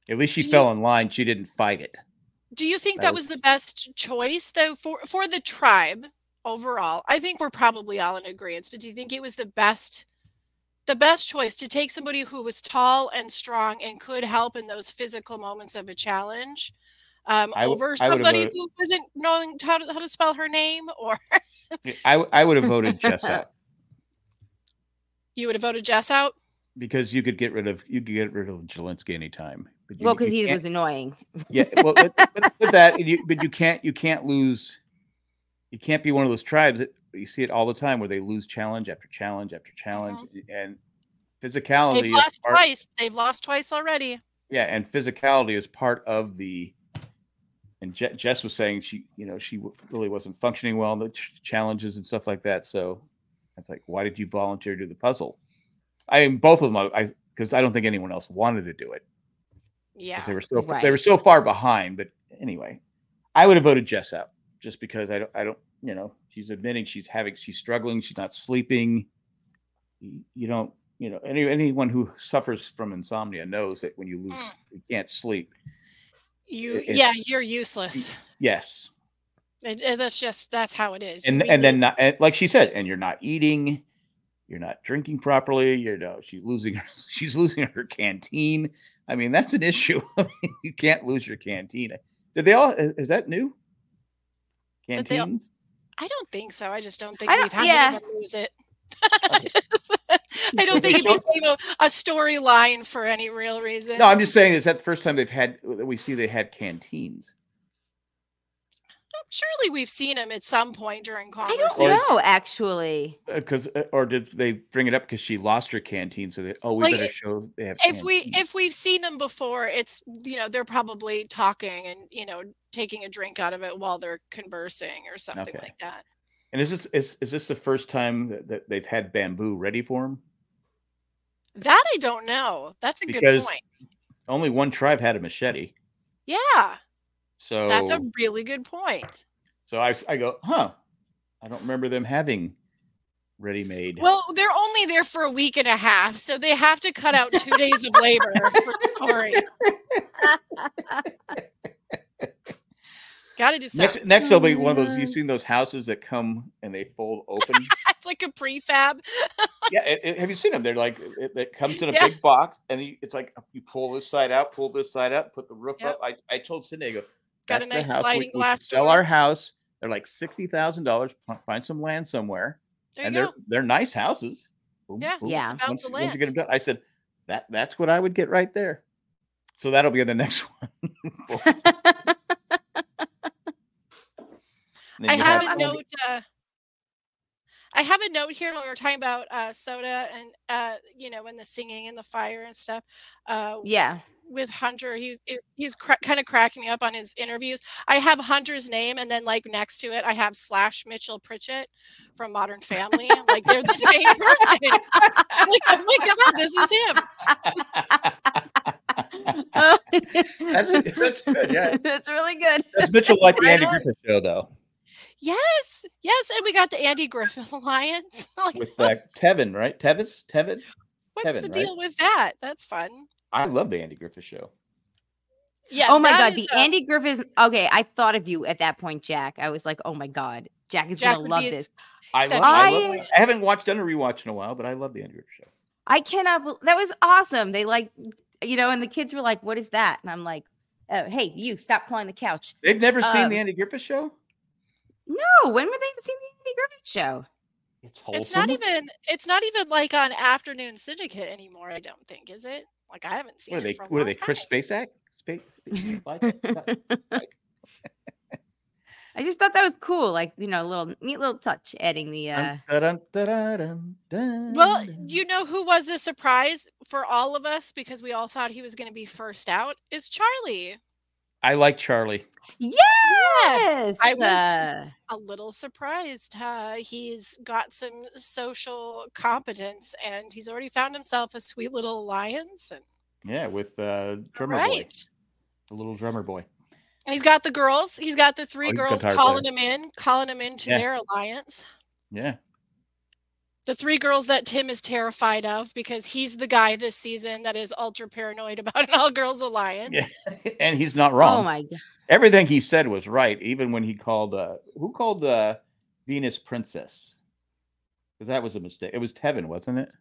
Speaker 3: at least she
Speaker 2: Do you-
Speaker 3: fell in line. She didn't fight it.
Speaker 2: Do you think
Speaker 3: That
Speaker 2: that
Speaker 3: was-
Speaker 2: was the best choice though for for the tribe overall? I think we're probably all in agreement, but do you think it was the best the best choice to take somebody who was tall and strong and could help in those physical moments of a challenge um,
Speaker 3: I w-
Speaker 2: over
Speaker 3: I would've
Speaker 2: somebody
Speaker 3: voted-
Speaker 2: who wasn't knowing how to, how to spell her name or
Speaker 3: I I would have voted Jess out
Speaker 2: you would have voted Jess out?
Speaker 3: because you could get rid of you could get rid of Jelinski anytime. But you-
Speaker 1: Well,
Speaker 3: you
Speaker 1: because he
Speaker 3: can't-
Speaker 1: was annoying.
Speaker 3: yeah well but, but, but that you, but you can't you can't lose you can't be one of those tribes that you see it all the time where they lose challenge after challenge after challenge and physicality
Speaker 2: They've
Speaker 3: is
Speaker 2: lost
Speaker 3: part-
Speaker 2: twice. They've lost twice already.
Speaker 3: yeah and physicality is part of the and Je- jess was saying she you know she w- really wasn't functioning well in the ch- challenges and stuff like that so it's like why did you volunteer to do the puzzle i mean both of them i because I, don't think anyone else wanted to do it 'cause
Speaker 2: Yeah.
Speaker 3: they were so f- they
Speaker 1: Right.
Speaker 3: were so far behind. But anyway, I would have voted Jess out just because I don't I don't you know she's admitting she's having she's struggling she's not sleeping. You, you don't you know any anyone who suffers from insomnia knows that when you lose
Speaker 2: Mm.
Speaker 3: you can't sleep.
Speaker 2: You
Speaker 3: it- Mm.
Speaker 2: yeah, you're useless.
Speaker 3: Yes,
Speaker 2: It- it- that's just that's how it is.
Speaker 3: and
Speaker 2: We live-
Speaker 3: and then not, and like she said, and you're not eating. You're not drinking properly. You know she's losing. She's losing her canteen. I mean, that's an issue. I mean, you can't lose your canteen. Did they all? Is is that new?
Speaker 2: That they all-
Speaker 3: Canteens.
Speaker 2: I don't think so. I just don't think
Speaker 1: I don't-
Speaker 2: we've had
Speaker 1: yeah.
Speaker 2: anyone lose it. I don't think it became a, a storyline for any real reason.
Speaker 3: No, I'm just saying, is that the first time they've had that we see they had canteens?
Speaker 2: Surely we've seen him at some point during
Speaker 1: I
Speaker 2: conversation.
Speaker 1: don't know actually.
Speaker 3: Because Uh, or did they bring it up because she lost her canteen? So they oh we
Speaker 2: Like,
Speaker 3: better
Speaker 2: i-
Speaker 3: show they have.
Speaker 2: If we
Speaker 3: canteens."
Speaker 2: if we've seen them before, it's you know they're probably talking and you know taking a drink out of it while they're conversing or something
Speaker 3: Okay.
Speaker 2: like that.
Speaker 3: and is this is, is this the first time that, that they've had bamboo ready for them?
Speaker 2: That I don't know. That's a good
Speaker 3: Because-
Speaker 2: point.
Speaker 3: Only one tribe had a machete,
Speaker 2: Yeah,
Speaker 3: so
Speaker 2: that's a really good point.
Speaker 3: so I s- I go huh, I don't remember them having ready made.
Speaker 2: Well, they're only there for a week and a half, so they have to cut out two days of labor for Corey. Gotta do something.
Speaker 3: next, next there'll be one of those. You've seen those houses that come and they fold open.
Speaker 2: It's like a prefab.
Speaker 3: yeah, it, it- have you seen them? They're like it, it comes in a
Speaker 2: Yeah.
Speaker 3: big box, and you, it's like you pull this side out, pull this side up, put the roof
Speaker 2: Yep.
Speaker 3: up. I, I told Cindy, I go,
Speaker 2: Got a
Speaker 3: "That's the
Speaker 2: nice
Speaker 3: house we-
Speaker 2: sliding
Speaker 3: we should
Speaker 2: glass
Speaker 3: Sell
Speaker 2: door."
Speaker 3: our house. They're like sixty thousand dollars. Find some land somewhere,
Speaker 2: There you
Speaker 3: and
Speaker 2: go.
Speaker 3: they're they're nice houses. Boom,
Speaker 2: Yeah,
Speaker 3: boom.
Speaker 1: Yeah.
Speaker 2: about
Speaker 3: Once,
Speaker 2: the
Speaker 3: once you get
Speaker 2: land.
Speaker 3: them done, I said that that's what I would get right there. So that'll be the next one. And then
Speaker 2: I
Speaker 3: you
Speaker 2: have, a
Speaker 1: have-
Speaker 2: note. Uh, I have a note here when we were talking about uh, soda and uh, you know, and the singing and the fire and stuff. Uh,
Speaker 1: yeah.
Speaker 2: with Hunter, he's he's- he's cra- kind of cracking me up on his interviews. I have Hunter's name, and then like next to it, I have slash Mitchell Pritchett from Modern Family. I'm like they're the same person. I'm like, oh my god, this is him.
Speaker 3: that's, that's good. Yeah,
Speaker 1: That's really good.
Speaker 3: that's Mitchell like the
Speaker 2: Right
Speaker 3: Andy
Speaker 2: on.
Speaker 3: Griffith show though
Speaker 2: Yes, yes, and we got the Andy Griffith Alliance. like,
Speaker 3: with uh, Tevin, right? Tevis, Tevin.
Speaker 2: what's
Speaker 3: Kevin,
Speaker 2: the
Speaker 3: right?
Speaker 2: deal with that? That's fun.
Speaker 3: I love the Andy Griffith show.
Speaker 2: Yeah.
Speaker 1: Oh my
Speaker 2: that
Speaker 1: god,
Speaker 2: is
Speaker 1: the
Speaker 2: a-
Speaker 1: Andy Griffith. Okay, I thought of you at that point, Jack. I was like, oh my god, Jack is
Speaker 2: Jack
Speaker 1: gonna
Speaker 2: would
Speaker 1: love
Speaker 2: be-
Speaker 1: this.
Speaker 3: I
Speaker 2: That
Speaker 3: love, I, love-
Speaker 1: I-
Speaker 3: I haven't watched done a rewatch in a while, but I love the Andrew show.
Speaker 1: I cannot. bel- That was awesome. They like, you know, and the kids were like, "What is that?" And I'm like, oh, "Hey, you stop clawing the couch."
Speaker 3: They've never seen
Speaker 1: Um,
Speaker 3: the Andy Griffith show.
Speaker 1: No, when were they even seeing the Andy Griffith show?
Speaker 3: It's
Speaker 2: It's not even. It's not even like on Afternoon Syndicate anymore. I don't think is it. Like I haven't seen.
Speaker 3: What are they?
Speaker 2: It for a
Speaker 3: What are
Speaker 2: long
Speaker 3: they? Chris
Speaker 2: time.
Speaker 3: Spacek? Space.
Speaker 1: I just thought that was cool. Like, you know, a little neat little touch, adding the. uh
Speaker 2: Well,
Speaker 3: Mm-hmm.
Speaker 2: you know who was a surprise for all of us because we all thought he was going to be first out is Charlie.
Speaker 3: I like Charlie.
Speaker 1: Yes,
Speaker 2: I was-
Speaker 1: uh,
Speaker 2: A little surprised. Uh, he's got some social competence and he's already found himself a sweet little alliance. And
Speaker 3: Yeah, with uh,
Speaker 2: all
Speaker 3: drummer boy,
Speaker 2: right.
Speaker 3: the little drummer boy.
Speaker 2: And he's got the girls. He's got the three
Speaker 3: Oh, he's a
Speaker 2: girls
Speaker 3: guitar
Speaker 2: calling him in, calling him into
Speaker 3: Yeah.
Speaker 2: their alliance.
Speaker 3: Yeah,
Speaker 2: the three girls that Tim is terrified of because he's the guy this season that is ultra paranoid about an all girls alliance.
Speaker 3: yeah. and he's not wrong.
Speaker 1: oh my god,
Speaker 3: Everything he said was right, even when he called uh, who called uh, Venus Princess. Because that was a mistake. It was Tevin, wasn't it?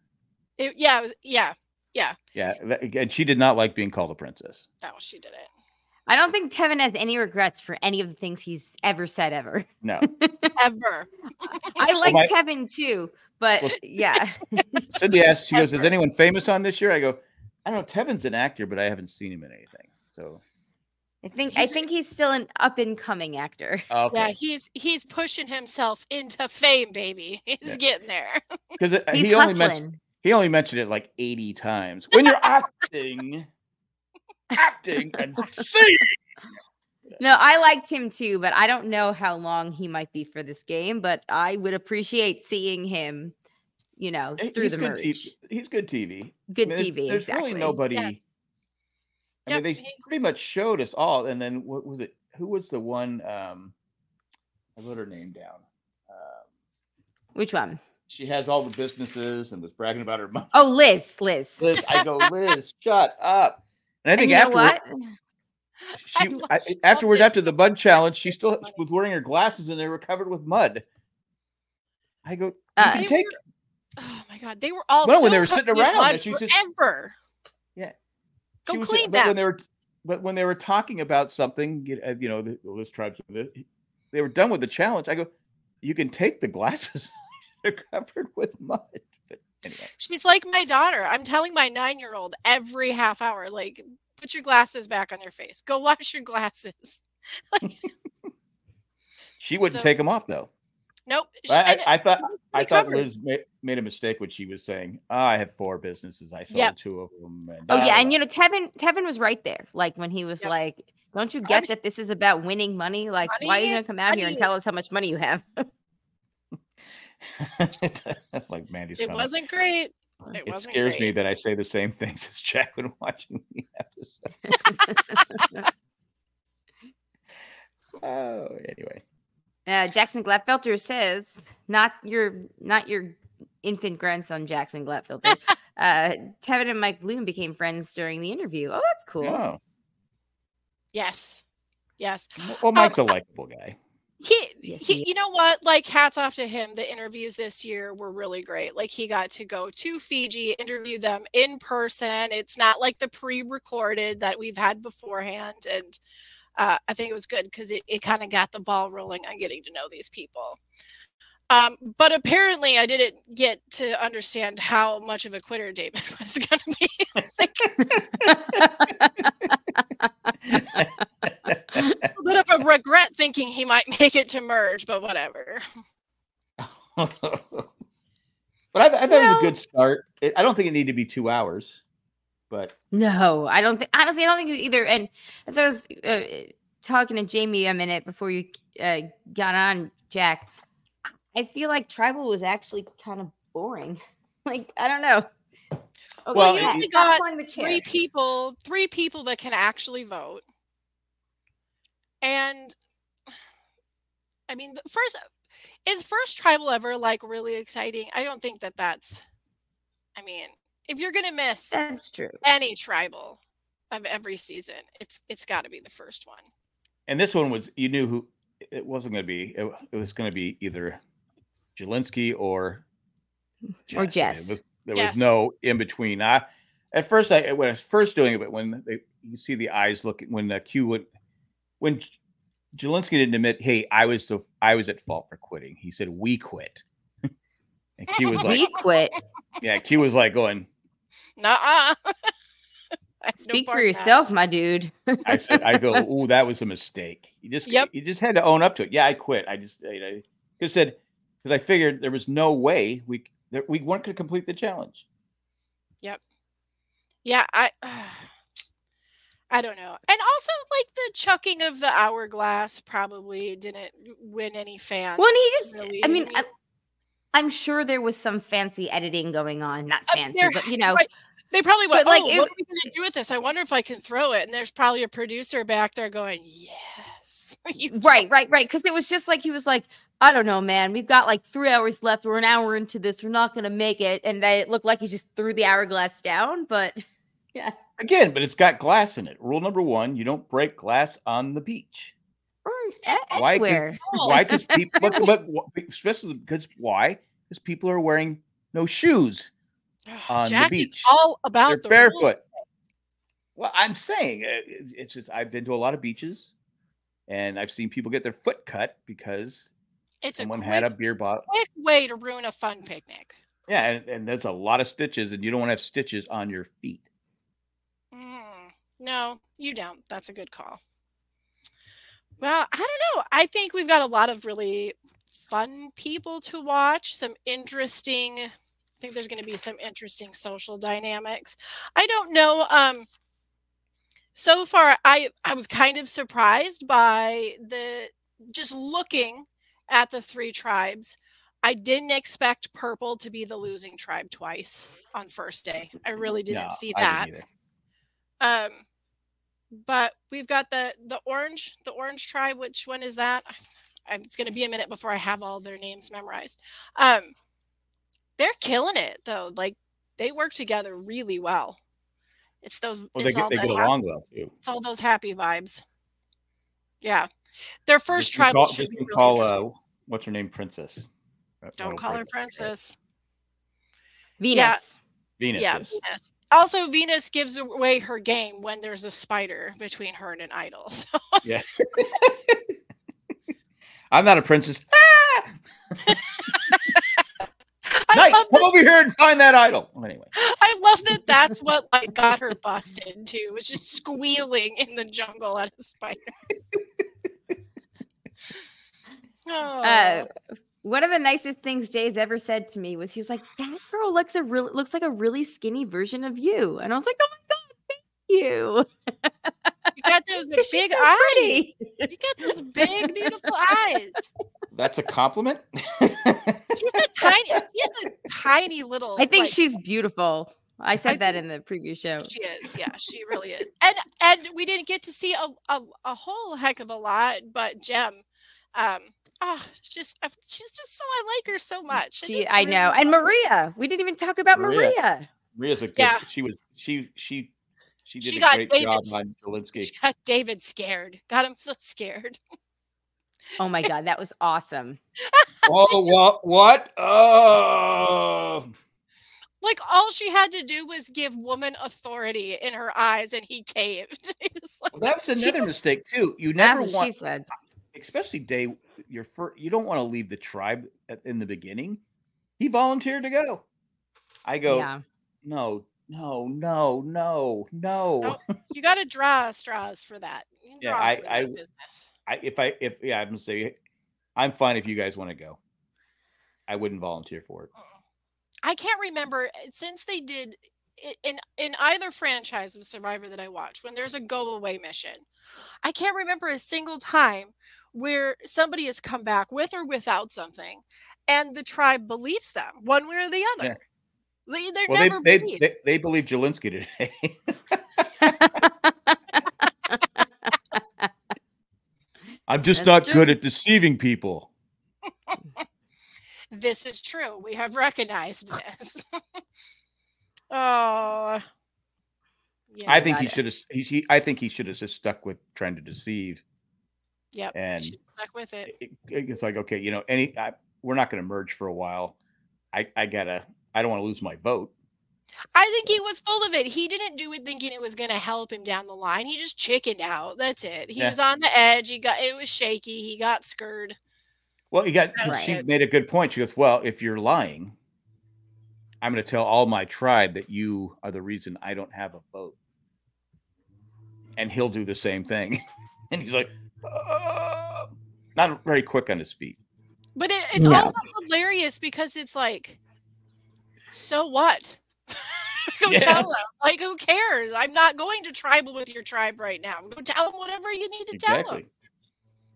Speaker 2: It- yeah, it was, yeah.
Speaker 3: Yeah, that- and she did not like being called a princess.
Speaker 2: No, she did it.
Speaker 1: I don't think Tevin has any regrets for any of the things he's ever said ever.
Speaker 3: No.
Speaker 2: Ever.
Speaker 1: I like
Speaker 3: my-
Speaker 1: Tevin too, but
Speaker 3: Well,
Speaker 1: yeah,
Speaker 3: Cindy asked, she goes, "Is
Speaker 2: Ever.
Speaker 3: anyone famous on this year?" I go, "I don't know. Tevin's an actor, but I haven't seen him in anything." So
Speaker 1: I think I
Speaker 2: He's-
Speaker 1: think he's still an up and coming actor.
Speaker 2: Yeah,
Speaker 3: okay,
Speaker 2: he's he's pushing himself into fame, baby. He's
Speaker 3: Yeah.
Speaker 2: getting there.
Speaker 3: because
Speaker 1: He's
Speaker 3: uh, he only
Speaker 1: hustling.
Speaker 3: mentioned he only mentioned it like eighty times. When you're acting, acting and singing,
Speaker 1: No, I liked him too, but I don't know how long he might be for this game. But I would appreciate seeing him, you know,
Speaker 3: He-
Speaker 1: through
Speaker 3: he's
Speaker 1: the
Speaker 3: good
Speaker 1: merge.
Speaker 3: TV. He's good TV.
Speaker 1: Good
Speaker 3: I mean,
Speaker 1: TV,
Speaker 3: There's, there's
Speaker 1: exactly.
Speaker 3: really nobody.
Speaker 2: Yes.
Speaker 3: I
Speaker 2: Yep,
Speaker 3: mean, they
Speaker 2: he's-
Speaker 3: pretty much showed us all. And then what was it? Who was the one? Um, I wrote her name down. Um,
Speaker 1: Which one?
Speaker 3: she has all the businesses and was bragging about her mom.
Speaker 1: Oh, Liz, Liz.
Speaker 3: Liz, I go, Liz, shut up. And I
Speaker 1: and
Speaker 3: think
Speaker 1: you know
Speaker 3: afterward,
Speaker 1: what?
Speaker 2: I
Speaker 3: she,
Speaker 2: love-
Speaker 3: I,
Speaker 2: she loved
Speaker 3: afterwards,
Speaker 2: it.
Speaker 3: after the mud challenge, she
Speaker 2: It's
Speaker 3: still
Speaker 2: funny.
Speaker 3: was wearing her glasses and they were covered with mud. I go, you
Speaker 1: Uh,
Speaker 3: can
Speaker 2: They
Speaker 3: take,
Speaker 2: were- oh my god, they were all
Speaker 3: No,
Speaker 2: so
Speaker 3: when they were sitting
Speaker 2: covered in
Speaker 3: around,
Speaker 2: mud
Speaker 3: and she just-
Speaker 2: forever.
Speaker 3: Yeah. she
Speaker 2: Go
Speaker 3: was-
Speaker 2: clean
Speaker 3: but
Speaker 2: that.
Speaker 3: When they were, but when they were talking about something, you know, you know the, the Liz tribes, the- they were done with the challenge. I go, you can take the glasses. They're covered with mud. But anyway,
Speaker 2: She's like my daughter. I'm telling my nine year old every half hour, like, put your glasses back on your face. Go wash your glasses.
Speaker 3: she wouldn't
Speaker 2: So-
Speaker 3: take them off though.
Speaker 2: Nope. she-
Speaker 3: But I,
Speaker 2: and-
Speaker 3: I, I thought I
Speaker 2: pretty
Speaker 3: thought
Speaker 2: covered.
Speaker 3: Liz made, made a mistake when she was saying, oh, "I have four businesses. I sold
Speaker 2: Yep.
Speaker 3: two of them." And
Speaker 1: Oh
Speaker 3: blah,
Speaker 1: yeah,
Speaker 3: blah,
Speaker 1: and you know, Tevin, Tevin was right there. Like when he was
Speaker 2: Yep.
Speaker 1: like, "Don't you get
Speaker 2: mean-
Speaker 1: that this is about winning money? Like, why are you
Speaker 2: Money,
Speaker 1: gonna come out here and
Speaker 2: money.
Speaker 1: tell us how much money you have?"
Speaker 3: blah." That's like Mandy's.
Speaker 2: it
Speaker 3: comment.
Speaker 2: wasn't great. It,
Speaker 3: It
Speaker 2: wasn't
Speaker 3: scares
Speaker 2: great.
Speaker 3: me that I say the same things as Jack when watching the episode. oh, anyway. Oh,
Speaker 1: Uh, Jackson Gladfelter says, "Not your, not your infant grandson Jackson Glatfilter. uh, Tevin and Mike Bloom became friends during the interview. Oh, that's cool.
Speaker 3: Oh.
Speaker 2: Yes. Yes.
Speaker 3: Well, Mike's a likable guy.
Speaker 2: He,
Speaker 1: Yes,
Speaker 2: he,
Speaker 1: he-
Speaker 2: you know what? Like, hats off to him. The interviews this year were really great. Like, he got to go to Fiji, interview them in person. It's not like the pre recorded that we've had beforehand. And uh, I think it was good because it, it kind of got the ball rolling on getting to know these people. Um, but apparently, I didn't get to understand how much of a quitter David was going to be.
Speaker 1: That's
Speaker 2: a bit of a regret thinking he might make it to merge, but whatever.
Speaker 3: but I, th- I thought it was
Speaker 1: Well-
Speaker 3: a good start. It, I don't think it needed to be two hours, but
Speaker 1: No, I don't think. Honestly, I don't think it either. And as I was uh, talking to Jamie a minute before you uh, got on, Jack, I feel like tribal was actually kind of boring. Like I don't know. Okay,
Speaker 3: Well,
Speaker 1: yeah,
Speaker 3: it-
Speaker 1: stop
Speaker 2: got
Speaker 1: playing the chair.
Speaker 2: three people three people that can actually vote and i mean the first is first tribal ever like really exciting i don't think that that's i mean if you're gonna miss
Speaker 1: That's true.
Speaker 2: any tribal of every season it's it's got to be the first one
Speaker 3: and this one was you knew who it wasn't going to be. It, wa- it was going to be either Jelinski or
Speaker 1: Or
Speaker 3: I mean, it
Speaker 1: Jess.
Speaker 3: was- there
Speaker 2: Yes.
Speaker 3: was no in between. I at first I when I was first doing it, but when they, you see the eyes looking when uh, Q would when J- Jelinski didn't admit, hey, I was the I was at fault for quitting. He said we quit, and Q was like,
Speaker 1: we quit.
Speaker 3: yeah, Q was like going.
Speaker 2: Nuh-uh. I have no
Speaker 1: Speak
Speaker 2: part
Speaker 1: for
Speaker 2: in that.
Speaker 1: yourself, my dude.
Speaker 3: I said, I go, oh, that was a mistake. You just,
Speaker 2: Yep.
Speaker 3: you just had to own up to it. Yeah, I quit. I just, I, I just said because I figured there was no way we c- that we weren't going to complete the challenge.
Speaker 2: Yeah, I I don't know. And also like the chucking of the hourglass probably didn't win any fans.
Speaker 1: Well, and he just,
Speaker 2: really.
Speaker 1: I mean, I, I'm sure there was some fancy editing going on. Not
Speaker 2: Uh,
Speaker 1: fancy,
Speaker 2: there-
Speaker 1: but you know,
Speaker 2: right. they probably went,
Speaker 1: but, like,
Speaker 2: oh,
Speaker 1: it-
Speaker 2: what are we going to do with this? I wonder if I can throw it. And there's probably a producer back there going, yes. you can."
Speaker 1: right, right, right. Because it was just like he was like, I don't know, man. We've got like three hours left. We're an hour into this. We're not gonna make it. And then it looked like he just threw the hourglass down. But
Speaker 3: Again, but it's got glass in it. Rule number one: you don't break glass on the beach.
Speaker 1: or a-
Speaker 3: Why could-
Speaker 1: e, anywhere,
Speaker 2: Oh,
Speaker 3: Why? Because people, but, but wh- especially because why? Because people are wearing no shoes. on the
Speaker 2: Jack is
Speaker 3: beach.
Speaker 2: all about
Speaker 3: They're
Speaker 2: the rules.
Speaker 3: barefoot. Well, I'm saying uh, it's it's just I've been to a lot of beaches, and I've seen people get their foot cut because
Speaker 2: It's
Speaker 3: someone
Speaker 2: a quick,
Speaker 3: had a beer bottle.
Speaker 2: quick way to ruin a fun picnic.
Speaker 3: Yeah, and, and there's a lot of stitches, and you don't want to have stitches on your feet.
Speaker 2: Mm, no, you don't. That's a good call. Well, I don't know. I think we've got a lot of really fun people to watch, some interesting I think there's going to be some interesting social dynamics. I don't know um so far I I was kind of surprised by the just looking at the three tribes. I didn't expect purple to be the losing tribe twice on first day. I really didn't
Speaker 3: No,
Speaker 2: see
Speaker 3: I
Speaker 2: that.
Speaker 3: either.
Speaker 2: Um, but we've got the the orange, the orange tribe. Which one is that? I, it's going to be a minute before I have all their names memorized. Um, they're killing it though. Like they work together really well. It's those.
Speaker 3: Well, they
Speaker 2: it's, all
Speaker 3: get, they
Speaker 2: the
Speaker 3: get
Speaker 2: hap-
Speaker 3: along well too.
Speaker 2: it's all those happy vibes. Yeah, their first
Speaker 3: Just you
Speaker 2: tribal
Speaker 3: call-
Speaker 2: should
Speaker 3: just
Speaker 2: be
Speaker 3: you
Speaker 2: really
Speaker 3: call
Speaker 2: interesting.
Speaker 3: uh, what's her name, Princess. Uh,
Speaker 2: Don't
Speaker 3: no,
Speaker 2: call her
Speaker 3: Princess, right?
Speaker 2: princess.
Speaker 1: Venus.
Speaker 2: Yeah.
Speaker 3: Venus.
Speaker 2: Yeah,
Speaker 3: is.
Speaker 2: Venus. Also, Venus gives away her game when there's a spider between her and an idol. So
Speaker 3: I'm not a princess. Ah!
Speaker 2: I
Speaker 3: Knight,
Speaker 2: love
Speaker 3: come over here and find that idol. Well, anyway,
Speaker 2: I love that that's what like got her busted too. Was just squealing in the jungle at a spider. oh,
Speaker 1: Uh, one of the nicest things Jay's ever said to me was he was like, "That girl looks a real looks like a really skinny version of you," and I was like, "Oh my god, thank you!
Speaker 2: you got those
Speaker 1: You're- She's
Speaker 2: big
Speaker 1: so
Speaker 2: eyes.
Speaker 1: pretty."
Speaker 2: You got those big, beautiful eyes.
Speaker 3: that's a compliment.
Speaker 2: She's a tiny. She has a tiny little.
Speaker 1: I think
Speaker 2: like,
Speaker 1: she's beautiful. I said that
Speaker 2: think-
Speaker 1: in the previous show.
Speaker 2: She is, yeah, she really is. And and we didn't get to see a a, a whole heck of a lot, but Jem, um, oh, she's just I- she's just so I like her so much.
Speaker 1: She-
Speaker 2: just
Speaker 1: I
Speaker 2: really
Speaker 1: know. And
Speaker 2: love her.
Speaker 1: Maria, we didn't even talk about
Speaker 3: Maria.
Speaker 1: Maria.
Speaker 3: Maria's a good.
Speaker 2: Yeah.
Speaker 3: She was. She she she did
Speaker 2: She
Speaker 3: a
Speaker 2: got
Speaker 3: great job
Speaker 2: David's-
Speaker 3: on Jelinski.
Speaker 2: She got David scared. Got him so scared.
Speaker 1: Oh my God, that was awesome.
Speaker 3: Oh what what? Oh.
Speaker 2: Like all she had to do was give woman authority in her eyes, and he caved. It was like-
Speaker 3: Well, that was another
Speaker 2: just-
Speaker 3: mistake too. You never
Speaker 1: That's what she
Speaker 3: want,
Speaker 1: said.
Speaker 3: especially day your first. You don't want to leave the tribe at, in the beginning. He volunteered to go. I go.
Speaker 1: Yeah.
Speaker 3: No, no, no, no, no.
Speaker 2: Oh. you got to draw straws for that. You
Speaker 3: Yeah,
Speaker 2: draw
Speaker 3: I-
Speaker 2: for that
Speaker 3: I-
Speaker 2: business.
Speaker 3: I, if I if yeah, I'm gonna say I'm fine if you guys want to go. I wouldn't volunteer for it.
Speaker 2: Mm. I can't remember uh, since they did i- in in either franchise of Survivor that I watched when there's a go away mission. I can't remember a single time where somebody has come back with or without something, and the tribe believes them one way or the other. They, are never
Speaker 3: Well, they they,
Speaker 2: believed.
Speaker 3: they they believe Jelinski today. I'm just
Speaker 1: That's
Speaker 3: not
Speaker 1: true.
Speaker 3: good at deceiving people.
Speaker 2: this is true. We have recognized this. oh, yeah.
Speaker 3: I think
Speaker 1: got
Speaker 3: he
Speaker 1: it.
Speaker 3: should have. He, he, I think he should have just stuck with trying to deceive.
Speaker 2: Yep,
Speaker 3: And
Speaker 2: she stuck with it.
Speaker 3: it, it's like, okay, you know, any I, we're not going to merge for a while. I, I gotta. I don't want to lose my vote.
Speaker 2: I think he was full of it. He didn't do it thinking it was going to help him down the line. He just chickened out. That's it. He
Speaker 3: Yeah.
Speaker 2: was on the edge. He got it was shaky. He got scared.
Speaker 3: Well, you got.
Speaker 1: Right.
Speaker 3: She made a good point. She goes, "Well, if you're lying, I'm going to tell all my tribe that you are the reason I don't have a vote." And he'll do the same thing. and he's like, "Uh," not very quick on his feet.
Speaker 2: But it, it's
Speaker 1: No.
Speaker 2: also hilarious because it's like, so what? Go
Speaker 3: Yeah.
Speaker 2: tell them. Like, who cares? I'm not going to tribal with your tribe right now. Go tell them whatever you need to tell them.
Speaker 3: I'm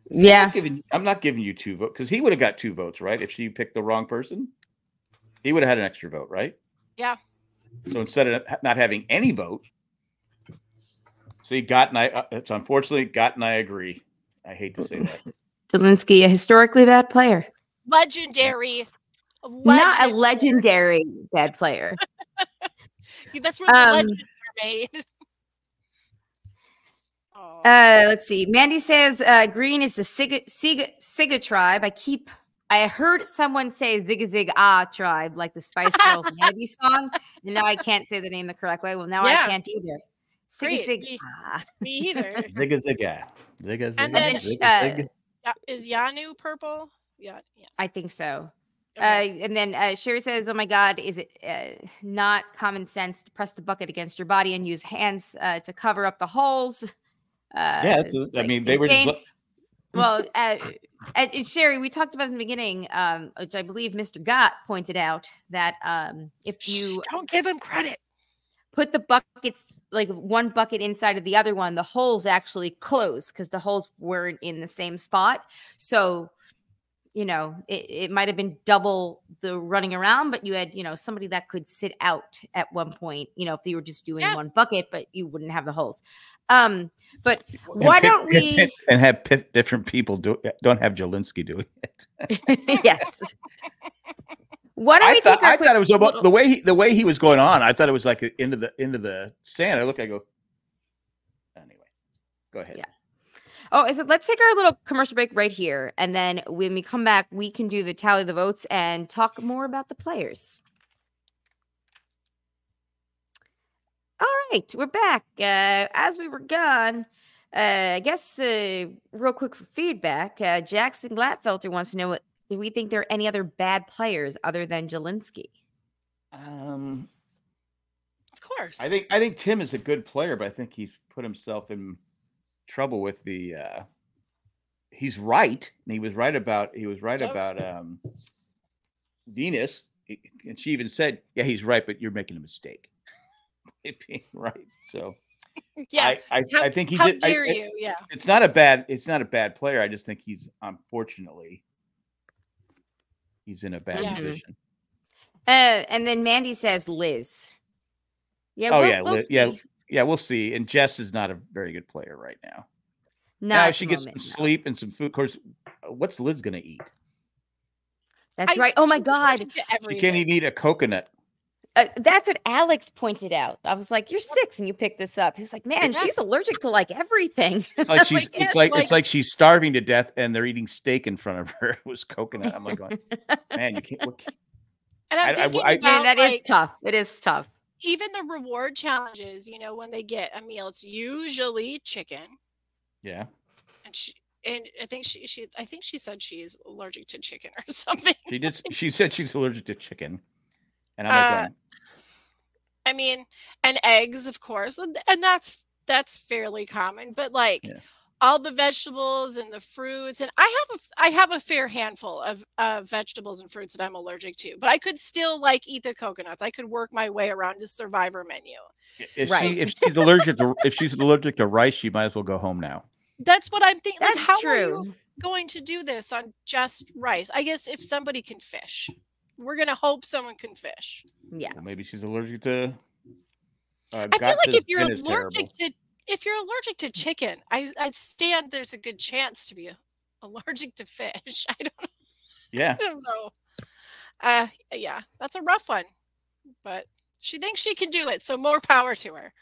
Speaker 1: Yeah.
Speaker 3: not giving, I'm not giving you two votes because he would have got two votes, right? If she picked the wrong person, he would have had an extra vote, right?
Speaker 2: Yeah.
Speaker 3: So instead of ha- not having any vote, see, Gott and I, uh, it's unfortunately Gott and I agree. I hate to say that.
Speaker 1: Delinsky, a historically bad player.
Speaker 2: Legendary.
Speaker 1: Not a
Speaker 2: Legend.
Speaker 1: legendary bad player.
Speaker 2: That's where the
Speaker 1: Um,
Speaker 2: legends are made. oh,
Speaker 1: Uh, let's see. Mandy says uh, green is the Siga, Siga, Siga tribe. I keep. I heard someone say Zig Zig Ah tribe, like the Spice Girls Mandy song, and now I can't say the name the correct way. Well, now
Speaker 2: Yeah.
Speaker 1: I can't either. Zig
Speaker 2: Great.
Speaker 1: Zig
Speaker 2: Ye-
Speaker 1: Ah.
Speaker 2: me either.
Speaker 3: Zigga zigga. Zigga zigga.
Speaker 2: And then,
Speaker 1: uh,
Speaker 3: zigga.
Speaker 2: Ya- Is Yanu purple? Yeah. Yeah.
Speaker 1: I think so.
Speaker 2: okay.
Speaker 1: Uh, and then uh, Sherry says, "Oh my God, is it uh, not common sense to press the bucket against your body and use hands uh, to cover up the holes?" Uh,
Speaker 3: yeah, that's, I
Speaker 1: like
Speaker 3: mean, they were just
Speaker 1: insane.
Speaker 3: like,
Speaker 1: well, uh, and, and Sherry, we talked about in the beginning, um, which I believe Mr. Gott pointed out that um, if
Speaker 2: Shh,
Speaker 1: you
Speaker 2: don't give him credit.
Speaker 1: put the buckets like one bucket inside of the other one, the holes actually close because the holes weren't in the same spot. So, you know, it, it might have been double the running around, but you had, you know, somebody that could sit out at one point, you know, if you were just doing
Speaker 2: Yeah.
Speaker 1: one bucket, but you wouldn't have the holes. Um, but
Speaker 3: and
Speaker 1: why
Speaker 3: pick-
Speaker 1: don't we?
Speaker 3: and have pi different people do don't have Jelinski do it.
Speaker 1: yes. Why don't
Speaker 3: I
Speaker 1: we
Speaker 3: thought,
Speaker 1: take our
Speaker 3: I
Speaker 1: quick
Speaker 3: thought it was about the way he the way he was going on. I thought it was like into the into the sand. I look, I go. Anyway, go ahead.
Speaker 1: Yeah. Oh, I said, let's take our little commercial break right here. And then when we come back, we can do the tally of the votes and talk more about the players. All right, we're back. Uh, as we were gone, uh, I guess uh, real quick for feedback, uh, Jackson Glatfelter wants to know what, do we think there are any other bad players other than Jelinski?
Speaker 3: Um,
Speaker 2: Of course.
Speaker 3: I think I think Tim is a good player, but I think he's put himself in trouble with the. uh He's right, and he was right about he was right
Speaker 2: Oh.
Speaker 3: about um Venus, It- and she even said, "Yeah, he's right, but you're making a mistake." It being right, so
Speaker 2: yeah.
Speaker 3: I I,
Speaker 2: How-
Speaker 3: I think he
Speaker 2: How
Speaker 3: did. I-
Speaker 2: dare
Speaker 3: I-
Speaker 2: you? Yeah.
Speaker 3: it's not a bad it's not a bad player. I just think he's unfortunately he's in a bad
Speaker 2: Yeah.
Speaker 3: position.
Speaker 1: Uh, and then Mandy says Liz. Yeah,
Speaker 3: Oh,
Speaker 1: we'll-
Speaker 3: yeah,
Speaker 1: we'll
Speaker 3: Liz- yeah.
Speaker 1: see.
Speaker 3: Yeah, we'll see. And Jess is not a very good player right now.
Speaker 1: No,
Speaker 3: Now
Speaker 1: at
Speaker 3: she
Speaker 1: the
Speaker 3: gets
Speaker 1: moment,
Speaker 3: some
Speaker 1: no.
Speaker 3: sleep and some food. Of course, what's Liz gonna eat?
Speaker 1: That's
Speaker 2: I-
Speaker 1: right. Oh my
Speaker 2: she's allergic to
Speaker 1: god,
Speaker 3: She
Speaker 2: everything.
Speaker 3: can't even eat a coconut.
Speaker 1: uh, that's what Alex pointed out. I was like, "You're six, and you picked this up." He was like, "Man,
Speaker 2: Yeah.
Speaker 1: she's allergic to like everything."
Speaker 3: It's like she's
Speaker 2: Like, yeah,
Speaker 3: it's like
Speaker 2: like-
Speaker 3: it's like she's starving to death and they're eating steak in front of her. It was coconut. I'm like, going, man, you can't. What, can-"
Speaker 2: And I'm
Speaker 3: I- I-
Speaker 2: thinking
Speaker 3: I-
Speaker 1: Man,
Speaker 2: about
Speaker 1: that is
Speaker 2: like,
Speaker 1: tough. It is tough.
Speaker 2: even the reward challenges. You know, when they get a meal, it's usually chicken,
Speaker 3: yeah,
Speaker 2: and she and I think she she I think she said she's allergic to chicken or something.
Speaker 3: she did. s- She said she's allergic to chicken, and I'm like,
Speaker 2: Uh,
Speaker 3: going,
Speaker 2: I mean, and eggs, of course, and and that's that's fairly common. But like
Speaker 3: Yeah.
Speaker 2: all the vegetables and the fruits, and I have a f- I have a fair handful of of vegetables and fruits that I'm allergic to. But I could still like eat the coconuts. I could work my way around the survivor menu.
Speaker 3: if
Speaker 1: Right.
Speaker 3: she if she's allergic to if she's allergic to rice, she might as well go home now.
Speaker 2: That's what I'm thinking.
Speaker 1: That's
Speaker 2: like, how are you
Speaker 1: true.
Speaker 2: going to do this on just rice? I guess if somebody can fish, we're gonna hope someone can fish.
Speaker 1: Yeah.
Speaker 3: Well, maybe she's allergic to. Uh,
Speaker 2: I feel like
Speaker 3: Gotcha's
Speaker 2: if you're
Speaker 3: gin is
Speaker 2: allergic
Speaker 3: terrible.
Speaker 2: to if you're allergic to chicken, I I stand there's a good chance to be allergic to fish. I don't,
Speaker 3: yeah,
Speaker 2: I don't know. Uh, yeah, that's a rough one, but she thinks she can do it, so more power to her.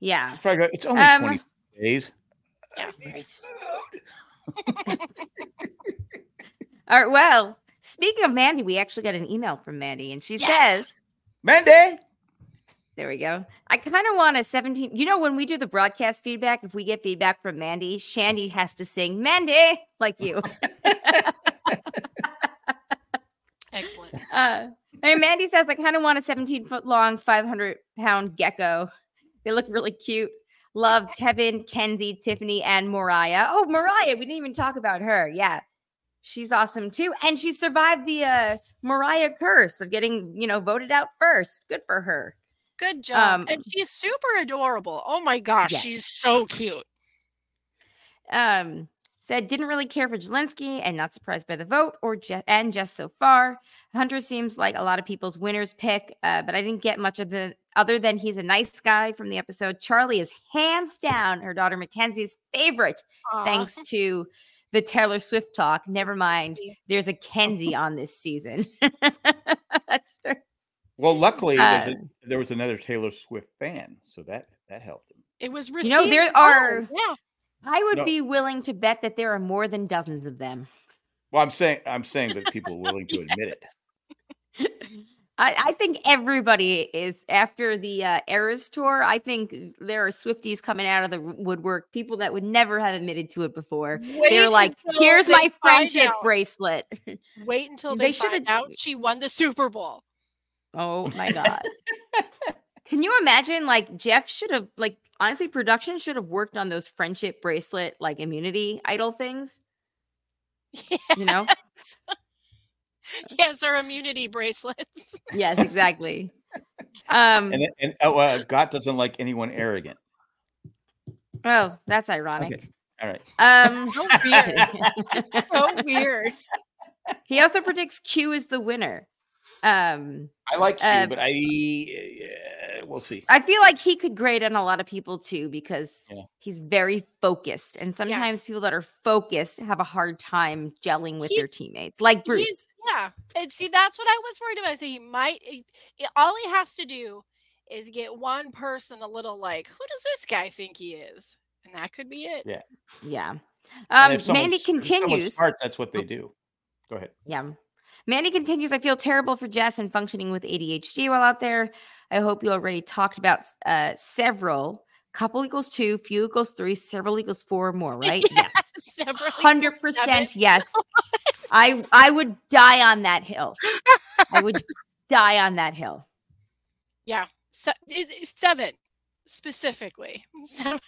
Speaker 1: Yeah.
Speaker 3: She's probably going, it's only
Speaker 1: Um,
Speaker 3: 20 days.
Speaker 2: Yeah.
Speaker 1: All right. Well, speaking of Mandy, we actually got an email from Mandy, and she
Speaker 2: Yeah.
Speaker 1: says,
Speaker 3: Mandy,
Speaker 1: There we go. I kind of want a 17. You know, when we do the broadcast feedback, if we get feedback from Mandy, Shandy has to sing Mandy like you.
Speaker 2: Excellent.
Speaker 1: Uh, and Mandy says, I kind of want a 17 foot long, 500 pound gecko. They look really cute. Love Tevin, Kenzie, Tiffany, and Mariah. Oh, Mariah, we didn't even talk about her. Yeah. She's awesome too. And she survived the uh, Mariah curse of getting, you know, voted out first. Good for her.
Speaker 2: Good job.
Speaker 1: Um,
Speaker 2: and she's super adorable. Oh my gosh,
Speaker 1: Yes.
Speaker 2: she's so cute.
Speaker 1: um, said didn't really care for Zelensky and not surprised by the vote or ju- and just so far. Hunter seems like a lot of people's winner's pick, uh, but I didn't get much of the other than he's a nice guy from the episode. Charlie is hands down her daughter Mackenzie's favorite,
Speaker 2: Aw,
Speaker 1: thanks to the Taylor Swift talk. Never mind,
Speaker 2: sweetie.
Speaker 1: there's a Kenzie on this season. That's true.
Speaker 3: well, luckily there's a, there was another Taylor Swift fan, so that that helped him.
Speaker 2: It was
Speaker 1: You
Speaker 2: received.
Speaker 1: know, there
Speaker 2: well.
Speaker 1: are-
Speaker 2: Yeah.
Speaker 1: I would
Speaker 3: No.
Speaker 1: be willing to bet that there are more than dozens of them.
Speaker 3: Well, I'm saying I'm saying that people are willing to admit it.
Speaker 1: I, I think everybody is after the uh, Eras tour. I think uh, there are Swifties coming out of the woodwork, people that would never have admitted to it before. They're
Speaker 2: Wait
Speaker 1: like,
Speaker 2: until
Speaker 1: "Here's
Speaker 2: they
Speaker 1: my
Speaker 2: find
Speaker 1: friendship
Speaker 2: out.
Speaker 1: bracelet."
Speaker 2: Wait until
Speaker 1: They
Speaker 2: they,
Speaker 1: shoulda-
Speaker 2: find out she won the Super Bowl.
Speaker 1: Oh my god! Can you imagine? Like Jeff should have, like honestly, production should have worked on those friendship bracelet, like immunity idol things. You know?
Speaker 2: Yes, our immunity bracelets.
Speaker 1: yes, exactly. Um.
Speaker 3: And then- and oh, uh, God doesn't like anyone arrogant.
Speaker 1: oh, that's ironic.
Speaker 3: All right.
Speaker 1: Um.
Speaker 2: So weird.
Speaker 1: shit.
Speaker 2: so weird.
Speaker 1: He also predicts Q is the winner. Um,
Speaker 3: I like you,
Speaker 1: Uh,
Speaker 3: but I yeah, we'll see.
Speaker 1: I feel like he could grade on a lot of people too because
Speaker 3: Yeah.
Speaker 1: he's very focused, and sometimes people that are focused have a hard time gelling with their
Speaker 2: He's-
Speaker 1: teammates, like
Speaker 2: he's-
Speaker 1: Bruce.
Speaker 2: Yeah. And see, that's what I was worried about. So he might, it- it- all he has to do is get one person a little like, who does this guy think he is? And that could be it.
Speaker 3: Yeah.
Speaker 1: Yeah.
Speaker 3: And
Speaker 1: Um,
Speaker 3: if someone's-
Speaker 1: Mandy
Speaker 3: if someone's
Speaker 1: continues.
Speaker 3: Smart, that's what they do. Go ahead.
Speaker 1: Yeah. Mandy continues, I feel terrible for Jess and functioning with ADHD while out there. I hope you already talked about uh, several. Couple equals two, few equals three, several equals four or more, right? yes.
Speaker 2: Several equals
Speaker 1: hundred
Speaker 2: seven.
Speaker 1: percent yes. I I would die on that hill. I would die on that hill.
Speaker 2: Se- is, is seven specifically. Seven.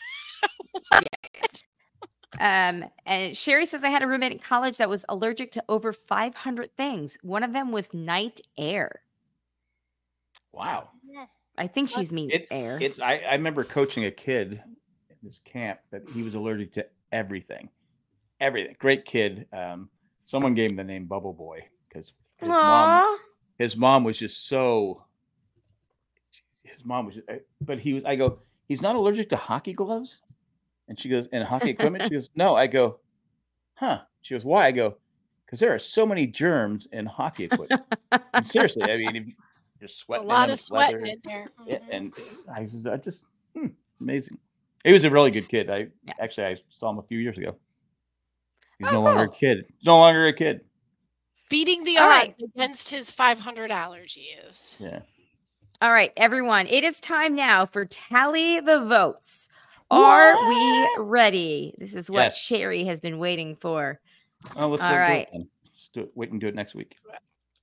Speaker 1: Um, and Sherry says I had a roommate in college that was allergic to over five hundred things. One of them was night air.
Speaker 3: Wow.
Speaker 1: I think
Speaker 2: What?
Speaker 1: she's mean
Speaker 3: It's
Speaker 1: air.
Speaker 3: it's I, I remember coaching a kid in this camp that he was allergic to everything. Everything. Great kid. Um, someone gave him the name Bubble Boy because his mom
Speaker 1: Aw.
Speaker 3: his mom was just so eh, his mom was but he was I go, he's not allergic to hockey gloves. And she goes, and hockey equipment? She goes, no. I go, huh. She goes, why? I go, because there are so many germs in hockey equipment. I mean, seriously, I mean, if you're
Speaker 2: It's a
Speaker 3: sweating.
Speaker 2: lot
Speaker 3: on
Speaker 2: of
Speaker 3: the leather,
Speaker 2: sweating in there.
Speaker 3: yeah,
Speaker 2: Mhm.
Speaker 1: Mm-hmm.
Speaker 3: and I just, I just hmm, amazing. He was a really good kid. I
Speaker 1: Yeah.
Speaker 3: actually I saw him a few years ago. He's
Speaker 1: Oh,
Speaker 3: no longer a
Speaker 1: cool.
Speaker 3: kid. He's no longer a kid.
Speaker 2: beating the
Speaker 1: All
Speaker 2: odds
Speaker 1: right.
Speaker 2: against his 500 allergies.
Speaker 3: Yeah.
Speaker 1: All right, everyone, it is time now for tally the votes. Are we ready? This is what
Speaker 3: Yes.
Speaker 1: Sherry has been waiting for.
Speaker 3: Oh, let's,
Speaker 1: All
Speaker 3: let's do it
Speaker 1: right.
Speaker 3: then. Let's do it. Wait and do it next week.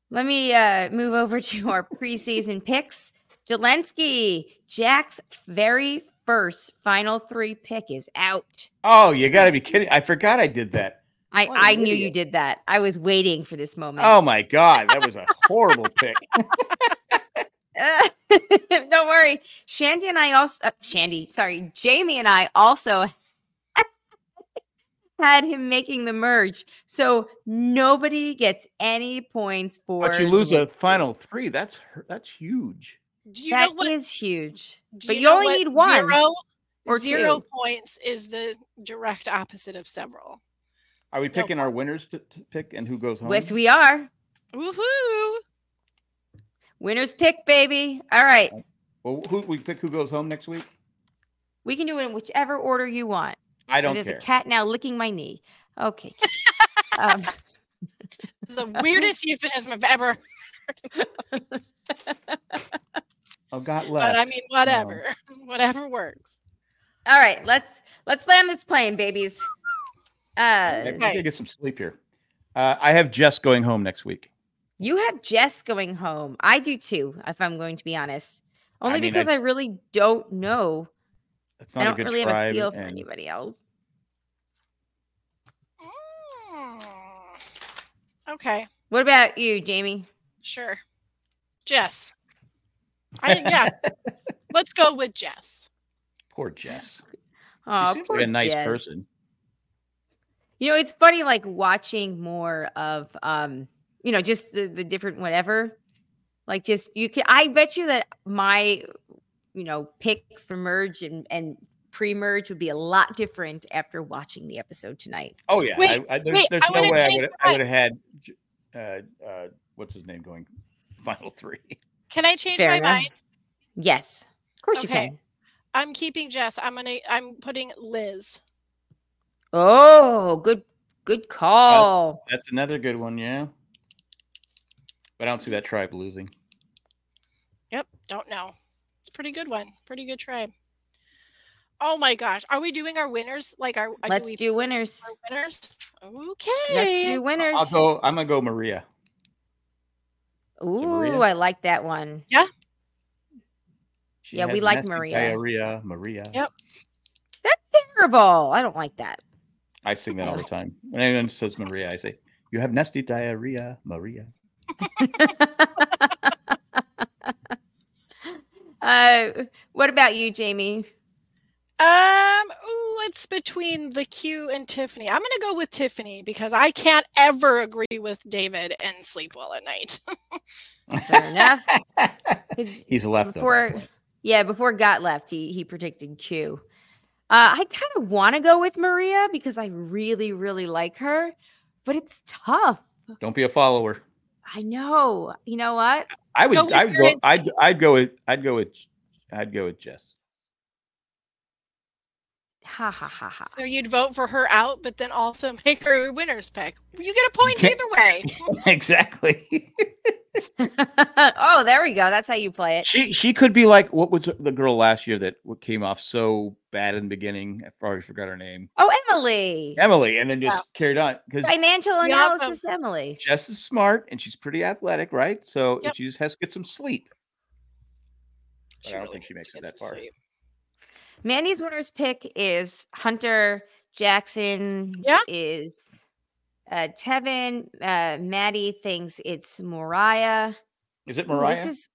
Speaker 1: Let me uh, move over to our preseason picks. Jelensky, Jack's very first final three pick is out.
Speaker 3: Oh, you got to be kidding! I forgot I did that.
Speaker 1: I,
Speaker 3: What an
Speaker 1: I knew you
Speaker 3: idiot.
Speaker 1: did that. I was waiting for this moment.
Speaker 3: Oh my god, that was a horrible pick.
Speaker 1: Uh, don't worry. Shandy and I also, uh, Shandy, sorry, Jamie and I also had him making the merge. So nobody gets any points for.
Speaker 3: But you lose a
Speaker 1: Zelensky.
Speaker 3: final three. That's hu- that's huge.
Speaker 2: Do you
Speaker 1: That
Speaker 2: know what?
Speaker 1: is huge.
Speaker 2: do
Speaker 1: but you
Speaker 2: know
Speaker 1: only
Speaker 2: what
Speaker 1: need one
Speaker 2: Zero,
Speaker 1: or
Speaker 2: zero
Speaker 1: two.
Speaker 2: points is the direct opposite of several.
Speaker 3: Are we
Speaker 2: No.
Speaker 3: picking our winners to, to pick and who goes home?
Speaker 1: Yes, we are.
Speaker 2: Woohoo!
Speaker 1: Winners pick, baby. All right.
Speaker 3: well, who we pick who goes home next week?
Speaker 1: We can do it in whichever order you want.
Speaker 3: I
Speaker 1: So
Speaker 3: don't
Speaker 1: There's
Speaker 3: care.
Speaker 1: a cat now licking my knee. Okay. um,
Speaker 2: It's the weirdest euphemism I've ever. heard,
Speaker 3: Oh, got left.
Speaker 2: But I mean, whatever,
Speaker 1: um,
Speaker 2: whatever works.
Speaker 1: all right. Let's let's land this plane, babies. Uh,
Speaker 3: Maybe we could get some sleep here. Uh, I have Jess going home next week.
Speaker 1: You have Jess going home. I do too, if I'm going to be honest.
Speaker 3: I
Speaker 1: Only
Speaker 3: mean,
Speaker 1: because I
Speaker 3: I've-
Speaker 1: really don't know.
Speaker 3: It's
Speaker 1: I
Speaker 3: not a
Speaker 1: don't
Speaker 3: good
Speaker 1: really have a
Speaker 3: tribe.
Speaker 1: feel for
Speaker 3: and-
Speaker 1: anybody else.
Speaker 2: Mm. Okay,
Speaker 1: What about you, Jamie?
Speaker 2: sure. Jess. I, yeah. Let's go with Jess.
Speaker 3: Poor Jess. She
Speaker 1: Oh,
Speaker 3: seems
Speaker 1: poor
Speaker 3: like a nice
Speaker 1: Jess.
Speaker 3: person.
Speaker 1: You know, it's funny, like watching more of, um, you know, just the the different whatever. Like, just you can. I bet you that my, you know, picks for merge and and pre merge would be a lot different after watching the episode tonight.
Speaker 3: Oh yeah.
Speaker 2: Wait,
Speaker 3: I, I, there's
Speaker 2: wait,
Speaker 3: there's
Speaker 2: I
Speaker 3: no
Speaker 2: wanna
Speaker 3: way I
Speaker 2: change
Speaker 3: would I
Speaker 2: my-
Speaker 3: would have had J- uh, uh, what's his name going final three.
Speaker 2: Can I change
Speaker 1: Fair
Speaker 2: my
Speaker 1: enough.
Speaker 2: mind?
Speaker 1: Yes, of course you
Speaker 2: Okay.
Speaker 1: can.
Speaker 2: I'm keeping Jess. I'm gonna. I'm putting Liz.
Speaker 1: Oh, good good call.
Speaker 3: That's another good one, yeah. But I don't see that tribe losing.
Speaker 2: Yep. Don't know. It's a pretty good one. Pretty good tribe. Oh my gosh. Are we doing our winners? Like our uh,
Speaker 1: Let's
Speaker 2: we
Speaker 1: do winners.
Speaker 2: our winners? Okay.
Speaker 1: Let's do winners.
Speaker 3: I'll go. I'm gonna go Maria. Maria.
Speaker 1: Ooh, I like that one.
Speaker 3: She
Speaker 1: Yeah, we
Speaker 3: has
Speaker 1: like
Speaker 3: nasty
Speaker 1: Maria.
Speaker 3: Diarrhea, Maria.
Speaker 2: Yep.
Speaker 1: That's terrible. I don't like that.
Speaker 3: I sing that all the time. When anyone says Maria, I say, "You have nasty diarrhea, Maria."
Speaker 1: uh, what about you, Jamie?
Speaker 2: Um, ooh, it's between the Q and Tiffany. I'm gonna go with Tiffany because I can't ever agree with David and sleep well at night.
Speaker 1: Fair enough. 'Cause
Speaker 3: He's left
Speaker 1: before,
Speaker 3: Over.
Speaker 1: yeah, before Got left, he he predicted Q. Uh, I kind of want to go with Maria because I really, really like her, but it's tough.
Speaker 3: Don't be a follower.
Speaker 1: I know. You know what?
Speaker 3: I would.
Speaker 2: Go with
Speaker 3: I would
Speaker 2: your
Speaker 3: go.
Speaker 2: instinct.
Speaker 3: I'd. I'd go with. I'd go with. I'd go with Jess.
Speaker 1: Ha ha ha ha.
Speaker 2: so you'd vote for her out, but then also make her a winner's pick. You get a point
Speaker 3: can't-
Speaker 2: either way.
Speaker 3: exactly.
Speaker 1: oh, there we go. That's how you play it.
Speaker 3: She she could be like what was the girl last year that w- came off so bad in the beginning. I probably forgot her name.
Speaker 1: Oh, Emily.
Speaker 3: Emily, and then just
Speaker 2: Wow.
Speaker 3: carried on because
Speaker 1: Financial
Speaker 2: We also-
Speaker 1: analysis, Emily.
Speaker 3: Jess is smart and she's pretty athletic, right? So
Speaker 2: Yep.
Speaker 3: she just has to get some sleep. But I don't think she
Speaker 2: needs
Speaker 3: makes
Speaker 2: to
Speaker 3: it
Speaker 2: get
Speaker 3: that
Speaker 2: some
Speaker 3: far.
Speaker 2: sleep.
Speaker 1: Mandy's winner's pick is Hunter Jackson.
Speaker 2: Yeah.
Speaker 1: Is uh, Tevin. Uh, Maddie thinks it's Mariah.
Speaker 3: Is it
Speaker 1: Ooh,
Speaker 3: Mariah?
Speaker 1: This is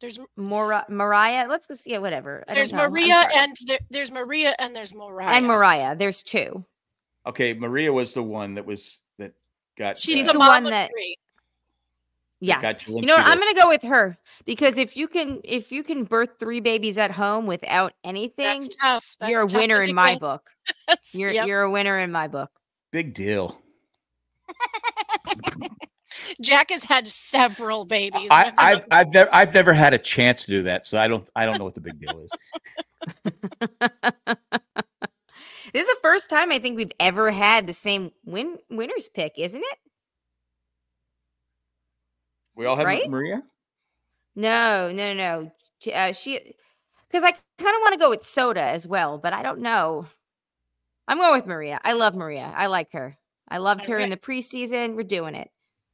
Speaker 2: There's
Speaker 1: Mora- Mariah. Let's go see. Yeah, whatever. I don't
Speaker 2: there's
Speaker 1: know. I'm
Speaker 2: Maria
Speaker 1: sorry.
Speaker 2: and there, there's Maria and there's Mariah.
Speaker 1: and Mariah. There's two.
Speaker 3: okay, Maria was the one that was that got.
Speaker 2: She's
Speaker 1: She's
Speaker 2: the,
Speaker 1: the
Speaker 2: mom
Speaker 1: one
Speaker 2: of
Speaker 1: that-
Speaker 2: three.
Speaker 1: Yeah.
Speaker 3: Got you
Speaker 1: You know, what? I'm going to go with her because if you can if you can birth three babies at home without anything,
Speaker 2: That's tough. That's
Speaker 1: you're a
Speaker 2: tough
Speaker 1: winner
Speaker 2: as
Speaker 1: in
Speaker 2: it
Speaker 1: my
Speaker 2: goes.
Speaker 1: book.
Speaker 2: That's-
Speaker 1: You're
Speaker 2: yep.
Speaker 1: you're a winner in my book.
Speaker 3: big deal.
Speaker 2: Jack has had several babies.
Speaker 3: I,
Speaker 2: and
Speaker 3: I've I've never I've never had a chance to do that, so I don't I don't know what the big deal is.
Speaker 1: This is the first time I think we've ever had the same win winners pick, isn't it?
Speaker 3: We all have
Speaker 1: Right?
Speaker 3: Maria.
Speaker 1: No, no, no. J- Uh, she, because I kind of want to go with Soda as well, but I don't know. I'm going with Maria. I love Maria. I like her. I loved her in
Speaker 2: Alright.
Speaker 1: the preseason. We're doing it.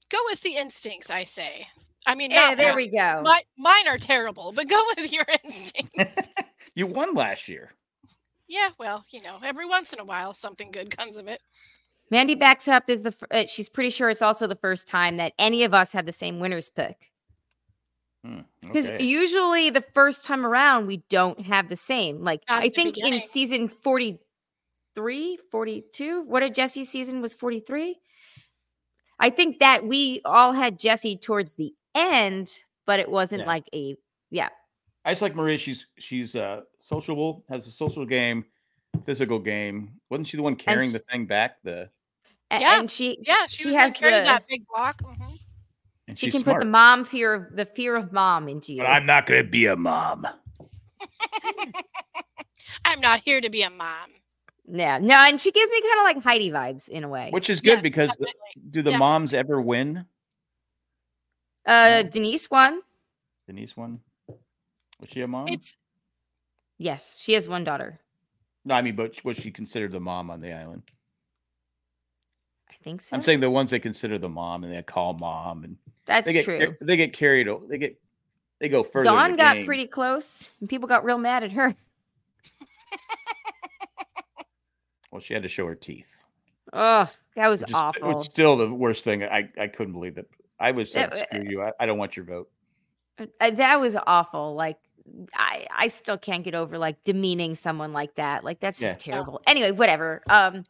Speaker 2: go with the instincts, I say. I mean,
Speaker 1: Yeah,
Speaker 2: not
Speaker 1: Eh, there
Speaker 2: mine.
Speaker 1: we go.
Speaker 2: Mi- mine are terrible, but go with your instincts.
Speaker 3: You won last year.
Speaker 2: yeah, well, you know, every once in a while something good comes of it.
Speaker 1: Mandy backs up. Is the fir- uh, she's pretty sure it's also the first time that any of us had the same winners pick.
Speaker 3: Hmm,
Speaker 1: Because
Speaker 3: okay.
Speaker 1: usually the first time around we don't have the same. Like
Speaker 2: Not at
Speaker 1: I
Speaker 2: the
Speaker 1: think in
Speaker 2: beginning.
Speaker 1: season 43, 42, what did Jesse's season was 43? I think that we all had Jesse towards the end, but it wasn't
Speaker 3: Yeah.
Speaker 1: like a yeah.
Speaker 3: I just like Maria. She's she's uh, sociable, has a social game, physical game. Wasn't she the one carrying
Speaker 1: sh-
Speaker 3: the thing back? The
Speaker 1: A-
Speaker 2: Yeah.
Speaker 1: And she
Speaker 2: Yeah, she, was
Speaker 1: has
Speaker 2: like carrying
Speaker 1: the-
Speaker 2: that big block. Mhm.
Speaker 3: and
Speaker 1: she
Speaker 3: she's
Speaker 1: can put the
Speaker 3: smart.
Speaker 1: mom fear of the fear of mom into you.
Speaker 4: But I'm not going to be a mom.
Speaker 2: I'm not here to be a mom.
Speaker 1: yeah. No, and she gives me kind of like Heidi vibes in a way.
Speaker 3: which is good
Speaker 2: Yes,
Speaker 3: because the,
Speaker 2: definitely.
Speaker 3: do the
Speaker 2: Definitely.
Speaker 3: moms ever win?
Speaker 1: uh Denise won.
Speaker 3: Denise won. Was she a mom?
Speaker 2: It's
Speaker 1: Yes, she has one daughter.
Speaker 3: no, I mean, but was she considered the mom on the island?
Speaker 1: I think so.
Speaker 3: I'm saying the ones they consider the mom and they call mom and
Speaker 1: That's
Speaker 3: they get
Speaker 1: true.
Speaker 3: car- they get carried o- they get they go further. in
Speaker 1: Dawn
Speaker 3: the
Speaker 1: got
Speaker 3: game.
Speaker 1: pretty close, and people got real mad at her.
Speaker 3: well. She had to show her teeth.
Speaker 1: Oh, that was
Speaker 3: which is- which
Speaker 1: awful.
Speaker 3: still the worst thing. I I couldn't believe it. I was said,
Speaker 1: It-
Speaker 3: screw you. I, I don't want your vote.
Speaker 1: Uh, that was awful. Like, I I still can't get over like demeaning someone like that. Like that's just
Speaker 2: Yeah. Yeah.
Speaker 1: terrible. Anyway, whatever. Um,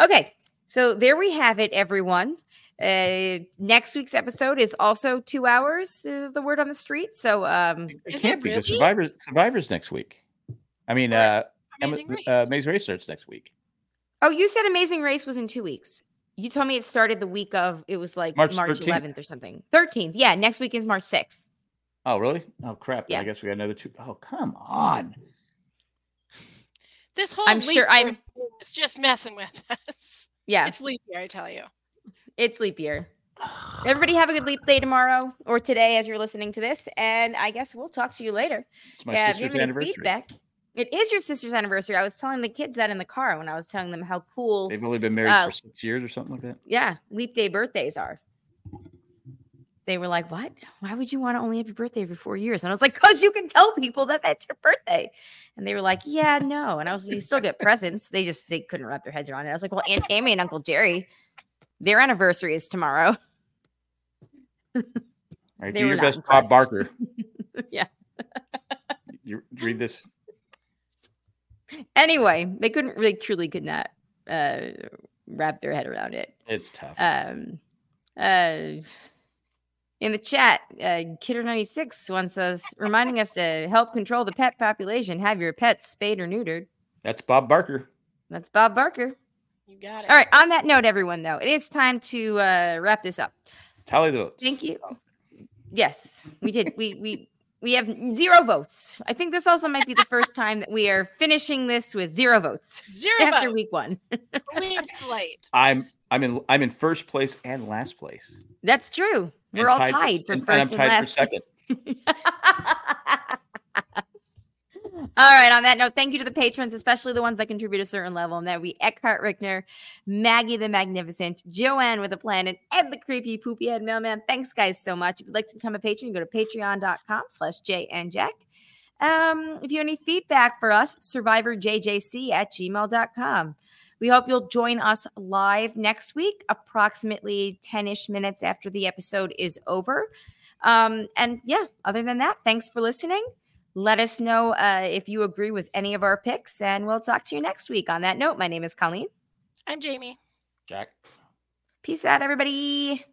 Speaker 1: okay, so there we have it, everyone. Uh, next week's episode is also two hours. Is the word on the street? So um,
Speaker 3: It
Speaker 2: Is
Speaker 3: can't
Speaker 2: it
Speaker 3: be
Speaker 2: really?
Speaker 3: because Survivors Survivors next week. I mean,
Speaker 2: Or
Speaker 3: uh, Emma-
Speaker 2: amazing race.
Speaker 3: uh, Maze Race starts next week.
Speaker 1: oh, you said Amazing Race was in two weeks. You told me it started the week of. It was like
Speaker 3: March
Speaker 1: March,
Speaker 3: 13th.
Speaker 1: 11th or something. 13th. Yeah, next week is March 6th.
Speaker 3: Oh, really? Oh, crap. then I
Speaker 1: Yeah.
Speaker 3: guess we got another two. Oh, come on.
Speaker 2: this whole
Speaker 1: I'm
Speaker 2: leap
Speaker 1: sure I'm-
Speaker 2: year thing is just messing with us.
Speaker 1: Yeah,
Speaker 2: It's leap year, I tell you.
Speaker 1: It's leap year. Everybody have a good leap day tomorrow or today as you're listening to this. And I guess we'll talk to you later.
Speaker 3: It's my
Speaker 1: Yeah, if you
Speaker 3: sister's
Speaker 1: have any
Speaker 3: anniversary.
Speaker 1: feedback. It is your sister's anniversary. I was telling the kids that in the car when I was telling them how cool,
Speaker 3: They've only been married
Speaker 1: Uh,
Speaker 3: for six years or something like that.
Speaker 1: yeah, leap day birthdays are. They were like, What? Why would you want to only have your birthday every four years? And I was like, Because you can tell people that that's your birthday. And they were like, Yeah, no. And I was like, You still get presents. They just they couldn't wrap their heads around it. I was like, Well, Aunt Tammy and Uncle Jerry, their anniversary is tomorrow.
Speaker 3: All right,
Speaker 1: They
Speaker 3: do
Speaker 1: were
Speaker 3: your
Speaker 1: not
Speaker 3: best, Bob
Speaker 1: impressed.
Speaker 3: Barker.
Speaker 1: Yeah.
Speaker 3: You read this.
Speaker 1: anyway, they couldn't really truly could not uh wrap their head around it.
Speaker 3: It's tough.
Speaker 1: Um uh in the chat, uh, Kidder96 wants us reminding us to help control the pet population. Have your pets spayed or neutered.
Speaker 3: That's Bob Barker.
Speaker 1: That's Bob Barker.
Speaker 2: You got it.
Speaker 1: All right. On that note, everyone, though, it is time to uh, wrap this up.
Speaker 3: Tally the votes.
Speaker 1: Thank you. Yes, we did. We we we have zero votes. I think this also might be the first time that we are finishing this with zero votes
Speaker 2: Zero
Speaker 1: after
Speaker 2: votes.
Speaker 1: week one.
Speaker 2: Leaped late.
Speaker 3: I'm I'm in I'm in first place and last place.
Speaker 1: That's true. We're
Speaker 3: And
Speaker 1: all
Speaker 3: tied for-
Speaker 1: tied for
Speaker 3: and- and I'm
Speaker 1: first and,
Speaker 3: tied for
Speaker 1: last.
Speaker 3: second.
Speaker 1: all right. On that note, thank you to the patrons, especially the ones that contribute a certain level, and that we Eckhart Rickner, Maggie the Magnificent, Joanne with a Plan, and Ed the Creepy Poopy Head Mailman. Thanks, guys, so much. If you'd like to become a patron, go to patreon.com slash J and Jack. Um, if you have any feedback for us, survivorjjc at gmail.com. We hope you'll join us live next week, approximately 10 ish minutes after the episode is over. Um, and yeah, other than that, thanks for listening. Let us know uh, if you agree with any of our picks, and we'll talk to you next week. On that note, my name is Colleen.
Speaker 2: I'm Jamie.
Speaker 3: Jack.
Speaker 1: Peace out, everybody.